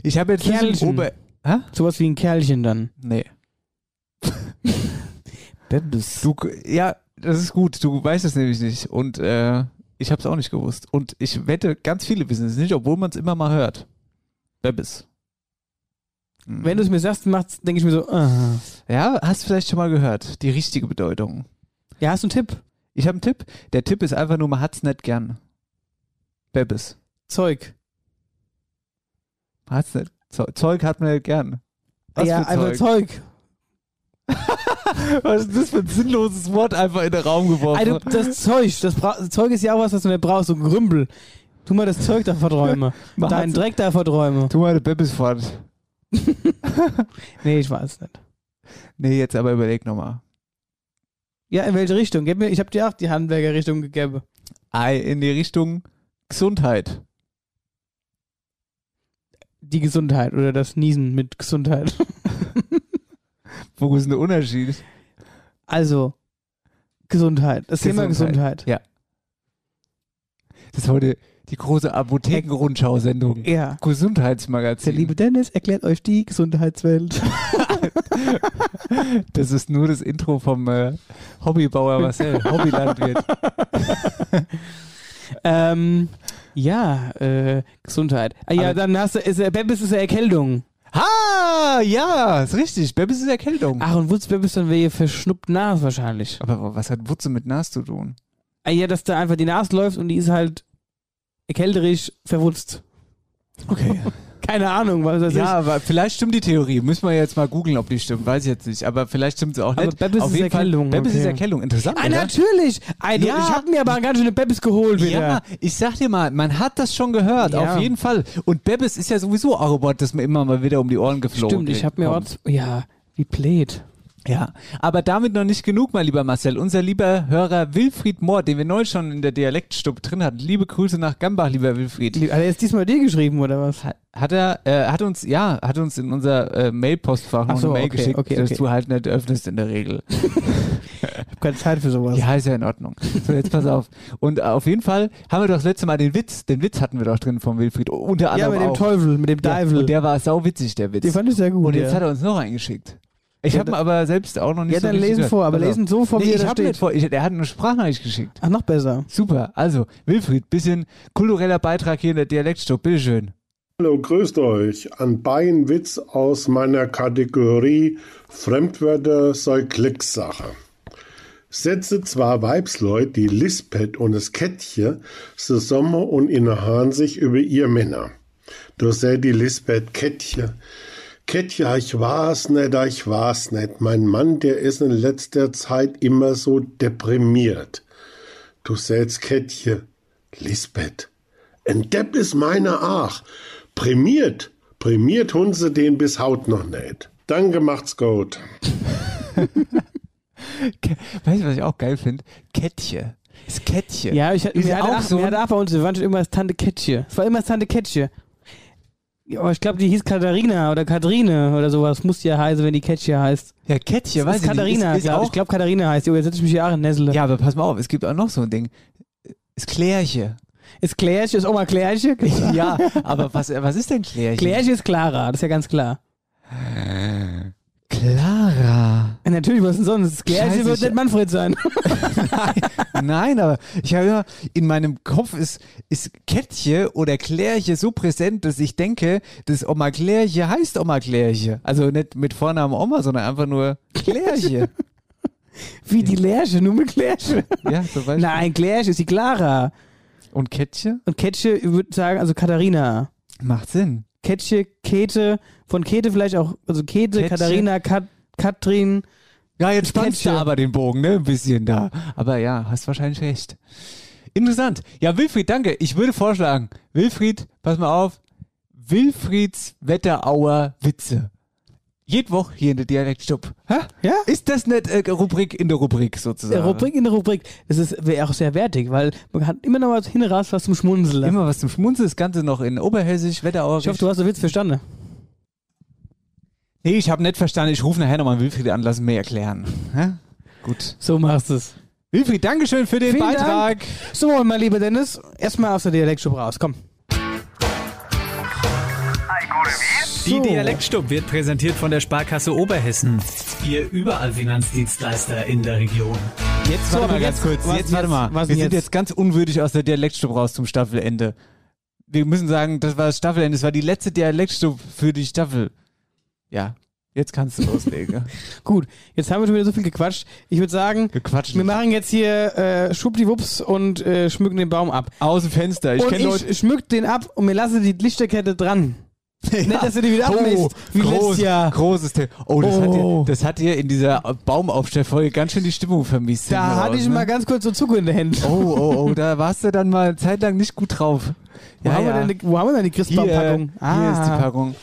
Ich habe jetzt nicht Kerlchen. im Ober... Hä? Sowas wie ein Kerlchen dann. Nee. Beppes. Du, ja, das ist gut. Du weißt es nämlich nicht. Und äh, ich habe es auch nicht gewusst. Und ich wette, ganz viele wissen es nicht, obwohl man es immer mal hört. Beppes. Wenn du es mir sagst, denke ich mir so, äh. aha. Ja, hast vielleicht schon mal gehört, die richtige Bedeutung. Ja, hast du einen Tipp? Ich habe einen Tipp. Der Tipp ist einfach nur, man hat's nicht gern. Bebes. Zeug. Man hat's nicht. Ze- Zeug hat man nicht gern. Was ja, für einfach Zeug. Was ist das für ein sinnloses Wort einfach in den Raum geworfen? Alter, das Zeug, das bra- Zeug ist ja auch was, was du nicht brauchst, so Grümbel. Tu mal das Zeug da verdräume. Man Deinen hat's- Dreck da verdräume. Tu mal den Bebes fort. Nee, ich weiß nicht. Nee, jetzt aber überleg nochmal. Ja, in welche Richtung? Gib mir, ich habe dir auch die Handwerker-Richtung gegeben. Ei, in die Richtung Gesundheit. Die Gesundheit oder das Niesen mit Gesundheit. Wo ist denn der Unterschied? Also, Gesundheit. Das Thema Gesundheit. Ja. Das ist heute die große Apothekenrundschau-Sendung. Ja. Gesundheitsmagazin. Der liebe Dennis erklärt euch die Gesundheitswelt. Das ist nur das Intro vom äh, Hobbybauer äh, Marcel, Hobbylandwirt. ähm, ja, äh, Gesundheit. Ah, ja, Aber- dann hast du, ist, äh, Bebis ist eine Erkältung. Ha, ja, ist richtig. Bebis ist Erkältung. Ach, und Wutzbebis dann wäre verschnuppt Nas wahrscheinlich. Aber was hat Wutze mit Nas zu tun? Ah, ja, dass da einfach die Nas läuft und die ist halt erkälterisch verwutzt. Okay. Keine Ahnung, was das ja, ist. aber vielleicht stimmt die Theorie. Müssen wir jetzt mal googeln, ob die stimmt. Weiß ich jetzt nicht. Aber vielleicht stimmt sie auch Aber nicht. Bebis Auf ist jeden Fall- Erkältung, Bebis ist okay. Erkältung. Interessant, Ah, oder? natürlich! Ah, du, Ja. Ich hab mir aber ganz schöne Bebis geholt wieder. Ja, ich sag dir mal, man hat das schon gehört, Ja. auf jeden Fall. Und Bebis ist ja sowieso auch ein Wort, das mir immer mal wieder um die Ohren geflogen Stimmt, ich hab mir kommt. Orts. Ja, wie blöd. Ja, aber damit noch nicht genug, mein lieber Marcel. Unser lieber Hörer Wilfried Mohr, den wir neu schon in der Dialektstub drin hatten. Liebe Grüße nach Gambach, lieber Wilfried. Hat er jetzt diesmal dir geschrieben oder was? hat er, äh, hat uns, ja, hat uns in unser äh, Mailpostfach noch Ach so, eine Mail okay, geschickt, okay, dass okay. du halt nicht öffnest in der Regel. Ich hab keine Zeit für sowas. Ja, ist ja in Ordnung. So, jetzt pass auf. Und auf jeden Fall haben wir doch das letzte Mal den Witz, den Witz hatten wir doch drin von Wilfried, unter Ja, anderem mit dem auch. Teufel, mit dem Ja, Teufel. und der war sauwitzig, der Witz. Den fand ich sehr gut. und jetzt ja. hat er uns noch eingeschickt. Ich Ja, habe da- ihn aber selbst auch noch nicht Ja, so dann richtig lesen gehört. vor, aber Pass auf. lesen so vor, wie nee, er ich da hab steht. nicht vor. Ich, er hat eine Sprachnachricht geschickt. Ach, noch besser. Super. Also, Wilfried, bisschen kultureller Beitrag hier in der Dialektstub. Bitteschön. Hallo, grüßt euch. Anbei Witz aus meiner Kategorie Fremdwörter soll Klicksache. Setze zwar Weibsleut, die Lispet und das Kettche zusammen und innehan sich über ihr Männer. Du seh die Lispet Kettche. Kettje, ich war's net, ich war's net. Mein Mann, der ist in letzter Zeit immer so deprimiert. Du säst Kettje. Lisbeth. Ein Depp ist meine Ach. Prämiert. Prämiert hun se den bis Haut noch nicht. Danke, macht's gut. Weißt du, was ich auch geil finde? Kettche. Das Kettche. Ja, ich ist hatte auch auch so. Mir hatte auch bei uns, wir waren schon immer das Tante Kettche. Es war immer das Tante Kettche. Ja, aber ich glaube, die hieß Katharina oder Kathrine oder sowas. Muss die ja heißen, wenn die Kettche heißt. ja, Kettche, Das weiß ist ich Katharina, nicht. Ist, ist glaub ich. auch, Ich glaube, Katharina heißt die. Oh, jetzt hätte ich mich hier auch in Nessle. ja, aber pass mal auf, es gibt auch noch so ein Ding. Ist Klärche. Ist Klärche, ist Oma Klärche? ja, aber was, was ist denn Klärche? Klärche ist Clara, das ist ja ganz klar. Clara. Ja, natürlich, was denn sonst? Klärche Scheiße, wird ich- nicht Manfred sein. Nein, aber ich habe ja, in meinem Kopf ist, ist Kettche oder Klärche so präsent, dass ich denke, das Oma Klärche heißt Oma Klärche. Also nicht mit Vornamen Oma, sondern einfach nur Klärche. Wie die Lärche, nur mit Klärche. ja, zum Beispiel. Nein, Klärche ist die Clara. Und Kettche? Und Kettche, ich würde sagen, also Katharina. Macht Sinn. Ketje, Kete, von Kete vielleicht auch, also Kete, Ketje. Katharina, Kat, Katrin. Ja, jetzt spannst du Kettchen. aber den Bogen, ne? Ein bisschen da. Aber ja, hast wahrscheinlich recht. Interessant. Ja, Wilfried, danke. Ich würde vorschlagen, Wilfried, pass mal auf. Wilfrieds Wetterauer Witze. Jede Woche hier in der Dialektstub. Hä? Ja? Ist das nicht äh, Rubrik in der Rubrik sozusagen? Der Rubrik in der Rubrik. Das ist wäre auch sehr wertig, weil man hat immer noch was hinraus, was zum Schmunzeln. Immer was zum Schmunzeln. Das Ganze noch in Oberhessisch, Wetterauer. Ich hoffe, du hast den Witz verstanden. nee, ich habe nicht verstanden. Ich rufe nachher nochmal Wilfried an, lass ihn mir erklären. Hä? Gut. So machst du es. Wilfried, Dankeschön für den Vielen Beitrag. Dank. So, mein lieber Dennis, erstmal aus der Dialektstube raus. Komm. Die So. Dialektstub wird präsentiert von der Sparkasse Oberhessen. Ihr überall Finanzdienstleister in der Region. Jetzt So, warte aber mal ganz jetzt- kurz. was jetzt denn warte jetzt? mal. Was Wir denn sind jetzt? jetzt ganz unwürdig aus der Dialektstube raus zum Staffelende. Wir müssen sagen, das war das Staffelende. Es war die letzte Dialektstube für die Staffel. Ja, jetzt kannst du loslegen. Gut, jetzt haben wir schon wieder so viel gequatscht. Ich würde sagen, Gequatscht. wir machen jetzt hier äh, Schwuppdiwupps und äh, schmücken den Baum ab. Aus dem Fenster. Ich und kenne Leute. ich schmück den ab und mir lasse die Lichterkette dran. Nicht, dass du die wieder Oh, ablässt, wie groß, letztes Jahr. großes Thema. Oh, das, Hat Oh. dir, das hat dir in dieser Baumaufstellfolge ganz schön die Stimmung vermisst. Da hinten hatte raus, ich ne? mal ganz kurz so Zucker in der Hand. Oh, oh, oh, da warst du dann mal eine Zeit lang nicht gut drauf. Wo, haben Wir denn, die- wo haben wir denn die hier, Christbaumpackung? Ah, hier ist die Packung.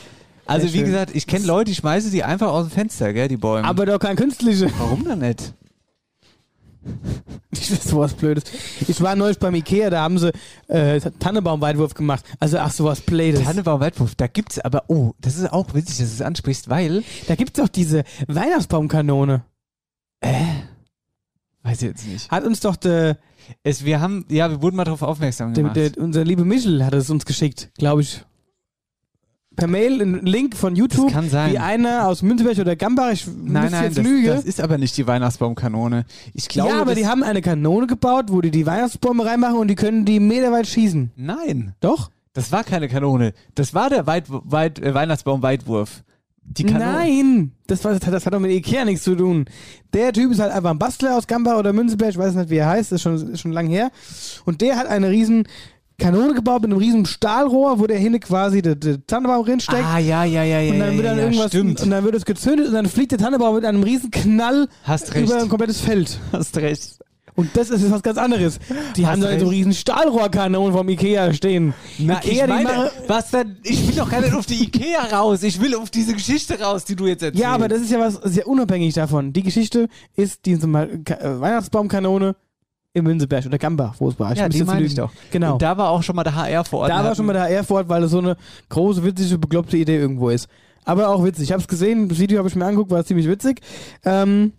Also Sehr wie schön. gesagt, ich kenne Leute, ich schmeiße die einfach aus dem Fenster, gell, die Bäume. Aber doch kein künstlicher. Warum denn nicht? Ich weiß sowas Blödes. Ich war neulich beim Ikea, da haben sie äh, Tannenbaumweitwurf gemacht. Also ach sowas Blödes. Tannenbaum-Weitwurf, da gibt's aber, oh, das ist auch witzig, dass du es ansprichst, weil, da gibt's doch diese Weihnachtsbaumkanone. weiß ich jetzt nicht. Hat uns doch der, Es, wir haben, ja, wir wurden mal darauf aufmerksam der, gemacht. der, unser lieber Michel hat es uns geschickt, glaube ich. Per Mail einen Link von YouTube, kann sein. wie einer aus Münzenberg oder Gambach, ich nein, müsste nein, jetzt das, lüge. das ist aber nicht die Weihnachtsbaumkanone. Ich glaube, ja, aber das, die haben eine Kanone gebaut, wo die die Weihnachtsbäume reinmachen und die können die meterweit schießen. nein, Doch? das war keine Kanone. Das war der Weit, Weit, äh, Weihnachtsbaum-Weitwurf. Die Kanone. Nein, das, war, das hat doch mit Ikea nichts zu tun. Der Typ ist halt einfach ein Bastler aus Gambach oder Münzenberg, ich weiß nicht, wie er heißt, ist schon, ist schon lang her. Und der hat eine riesen Kanone gebaut mit einem riesen Stahlrohr, wo der hinten quasi der, der Tannenbaum reinsteckt. Ah, ja, ja, ja, ja. und dann ja, wird dann ja, irgendwas Stimmt. und dann wird es gezündet und dann fliegt der Tannenbaum mit einem riesen Knall Hast recht. über ein komplettes Feld. Hast recht. Und das ist jetzt was ganz anderes. Die Hast haben da recht. so riesen Stahlrohrkanonen vom Ikea stehen. Na, ich Ikea, die machen- meine, was denn? Ich will doch gar nicht auf die Ikea raus. Ich will auf diese Geschichte raus, die du jetzt erzählst. Ja, aber das ist ja was sehr unabhängig davon. Die Geschichte ist diese Ma- Ka- äh, Weihnachtsbaumkanone im Münzeberg oder Gambach, wo es war. ja, muss die jetzt meine ich lügen. doch. Genau. Und Da, da war auch schon mal der HR vor Ort. Wir war hatten- schon mal der HR vor Ort, weil das so eine große, witzige, bekloppte Idee irgendwo ist. Aber auch witzig. Ich habe es gesehen, das Video habe ich mir angeguckt, war ziemlich witzig. Ähm,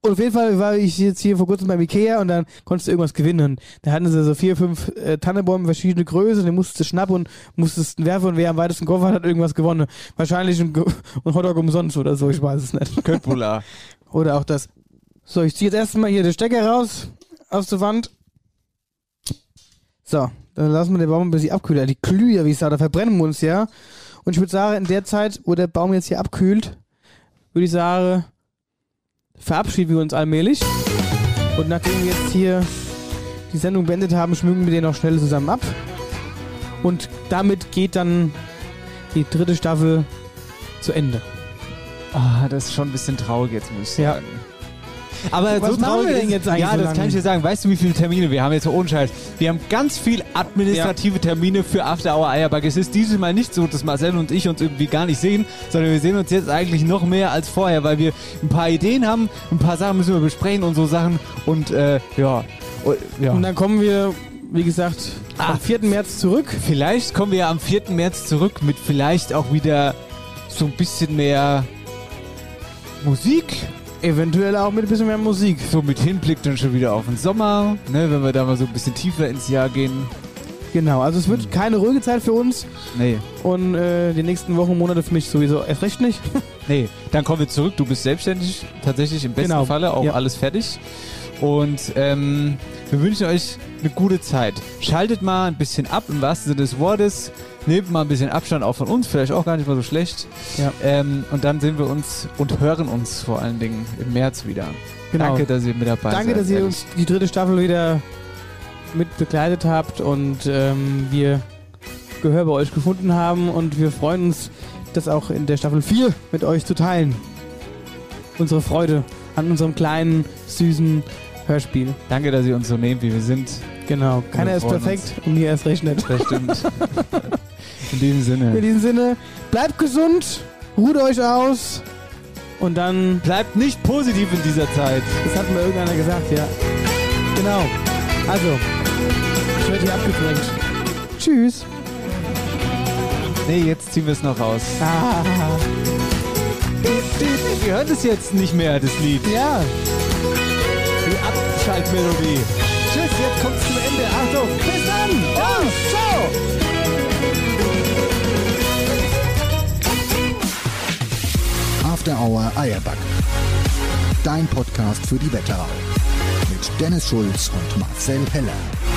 und auf jeden Fall war ich jetzt hier vor kurzem beim Ikea und dann konntest du irgendwas gewinnen. Da hatten sie so vier, fünf äh, Tannenbäume, verschiedene Größen, den musstest du schnappen und musstest werfen und wer am weitesten Koffer hat, hat irgendwas gewonnen. Wahrscheinlich ein, Go- ein Hotdog umsonst oder so, ich weiß es nicht. Köttbullar. Oder auch das. So, ich ziehe jetzt erstmal hier den Stecker raus aus der Wand. So, dann lassen wir den Baum ein bisschen abkühlen. Die glühen ja, wie ich sage, da verbrennen wir uns ja. Und ich würde sagen, in der Zeit, wo der Baum jetzt hier abkühlt, würde ich sagen, verabschieden wir uns allmählich. Und nachdem wir jetzt hier die Sendung beendet haben, schmücken wir den noch schnell zusammen ab. Und damit geht dann die dritte Staffel zu Ende. Ah, das ist schon ein bisschen traurig jetzt, muss ich Ja. sagen. Aber Was so machen traurig wir denn ist- jetzt eigentlich Ja, so das lange? kann ich dir sagen. Weißt du, wie viele Termine wir haben jetzt ohne Scheiß? Wir haben ganz viel administrative Termine für After Hour Eierbacke. Es ist dieses Mal nicht so, dass Marcel und ich uns irgendwie gar nicht sehen, sondern wir sehen uns jetzt eigentlich noch mehr als vorher, weil wir ein paar Ideen haben, ein paar Sachen müssen wir besprechen und so Sachen. Und äh, ja. Und, ja. Und dann kommen wir, wie gesagt, Ah. am 4. März zurück. Vielleicht kommen wir ja am 4. März zurück mit vielleicht auch wieder so ein bisschen mehr Musik. Eventuell auch mit ein bisschen mehr Musik. So mit Hinblick dann schon wieder auf den Sommer, ne, wenn wir da mal so ein bisschen tiefer ins Jahr gehen. Genau, also es wird keine ruhige Zeit für uns Nee, und äh, die nächsten Wochen, Monate für mich sowieso erst recht nicht. nee, dann kommen wir zurück. Du bist selbstständig, tatsächlich im besten Genau, Falle auch ja. alles fertig. Und ähm, wir wünschen euch eine gute Zeit. Schaltet mal ein bisschen ab im wahrsten Sinne des Wortes. Nehmt mal ein bisschen Abstand auch von uns, vielleicht auch gar nicht mal so schlecht. Ja. Ähm, und dann sehen wir uns und hören uns vor allen Dingen im März wieder. Genau. Danke, dass ihr mit dabei seid. Danke, dass ihr ehrlich. uns die dritte Staffel wieder mit begleitet habt und ähm, wir Gehör bei euch gefunden haben und wir freuen uns, das auch in der Staffel 4 mit euch zu teilen. Unsere Freude an unserem kleinen, süßen Hörspiel. Danke, dass ihr uns so nehmt, wie wir sind. Genau, keiner Wir ist freuen perfekt und mir erst recht nicht. Das stimmt. In diesem Sinne. In diesem Sinne, bleibt gesund, ruht euch aus und dann, Bleibt nicht positiv in dieser Zeit. das hat mir irgendeiner gesagt, ja. Genau. Also, ich werde hier abgedrängt. Tschüss. Nee, jetzt ziehen wir es noch raus. Wir hören es jetzt nicht mehr, das Lied. Ja. Die Abschaltmelodie. Tschüss, jetzt kommt's zum Ende. Achtung. Bis dann. Ciao. Ciao. After Hour Eierbacke. Dein Podcast für die Wetterau. Mit Dennis Schulz und Marcel Heller.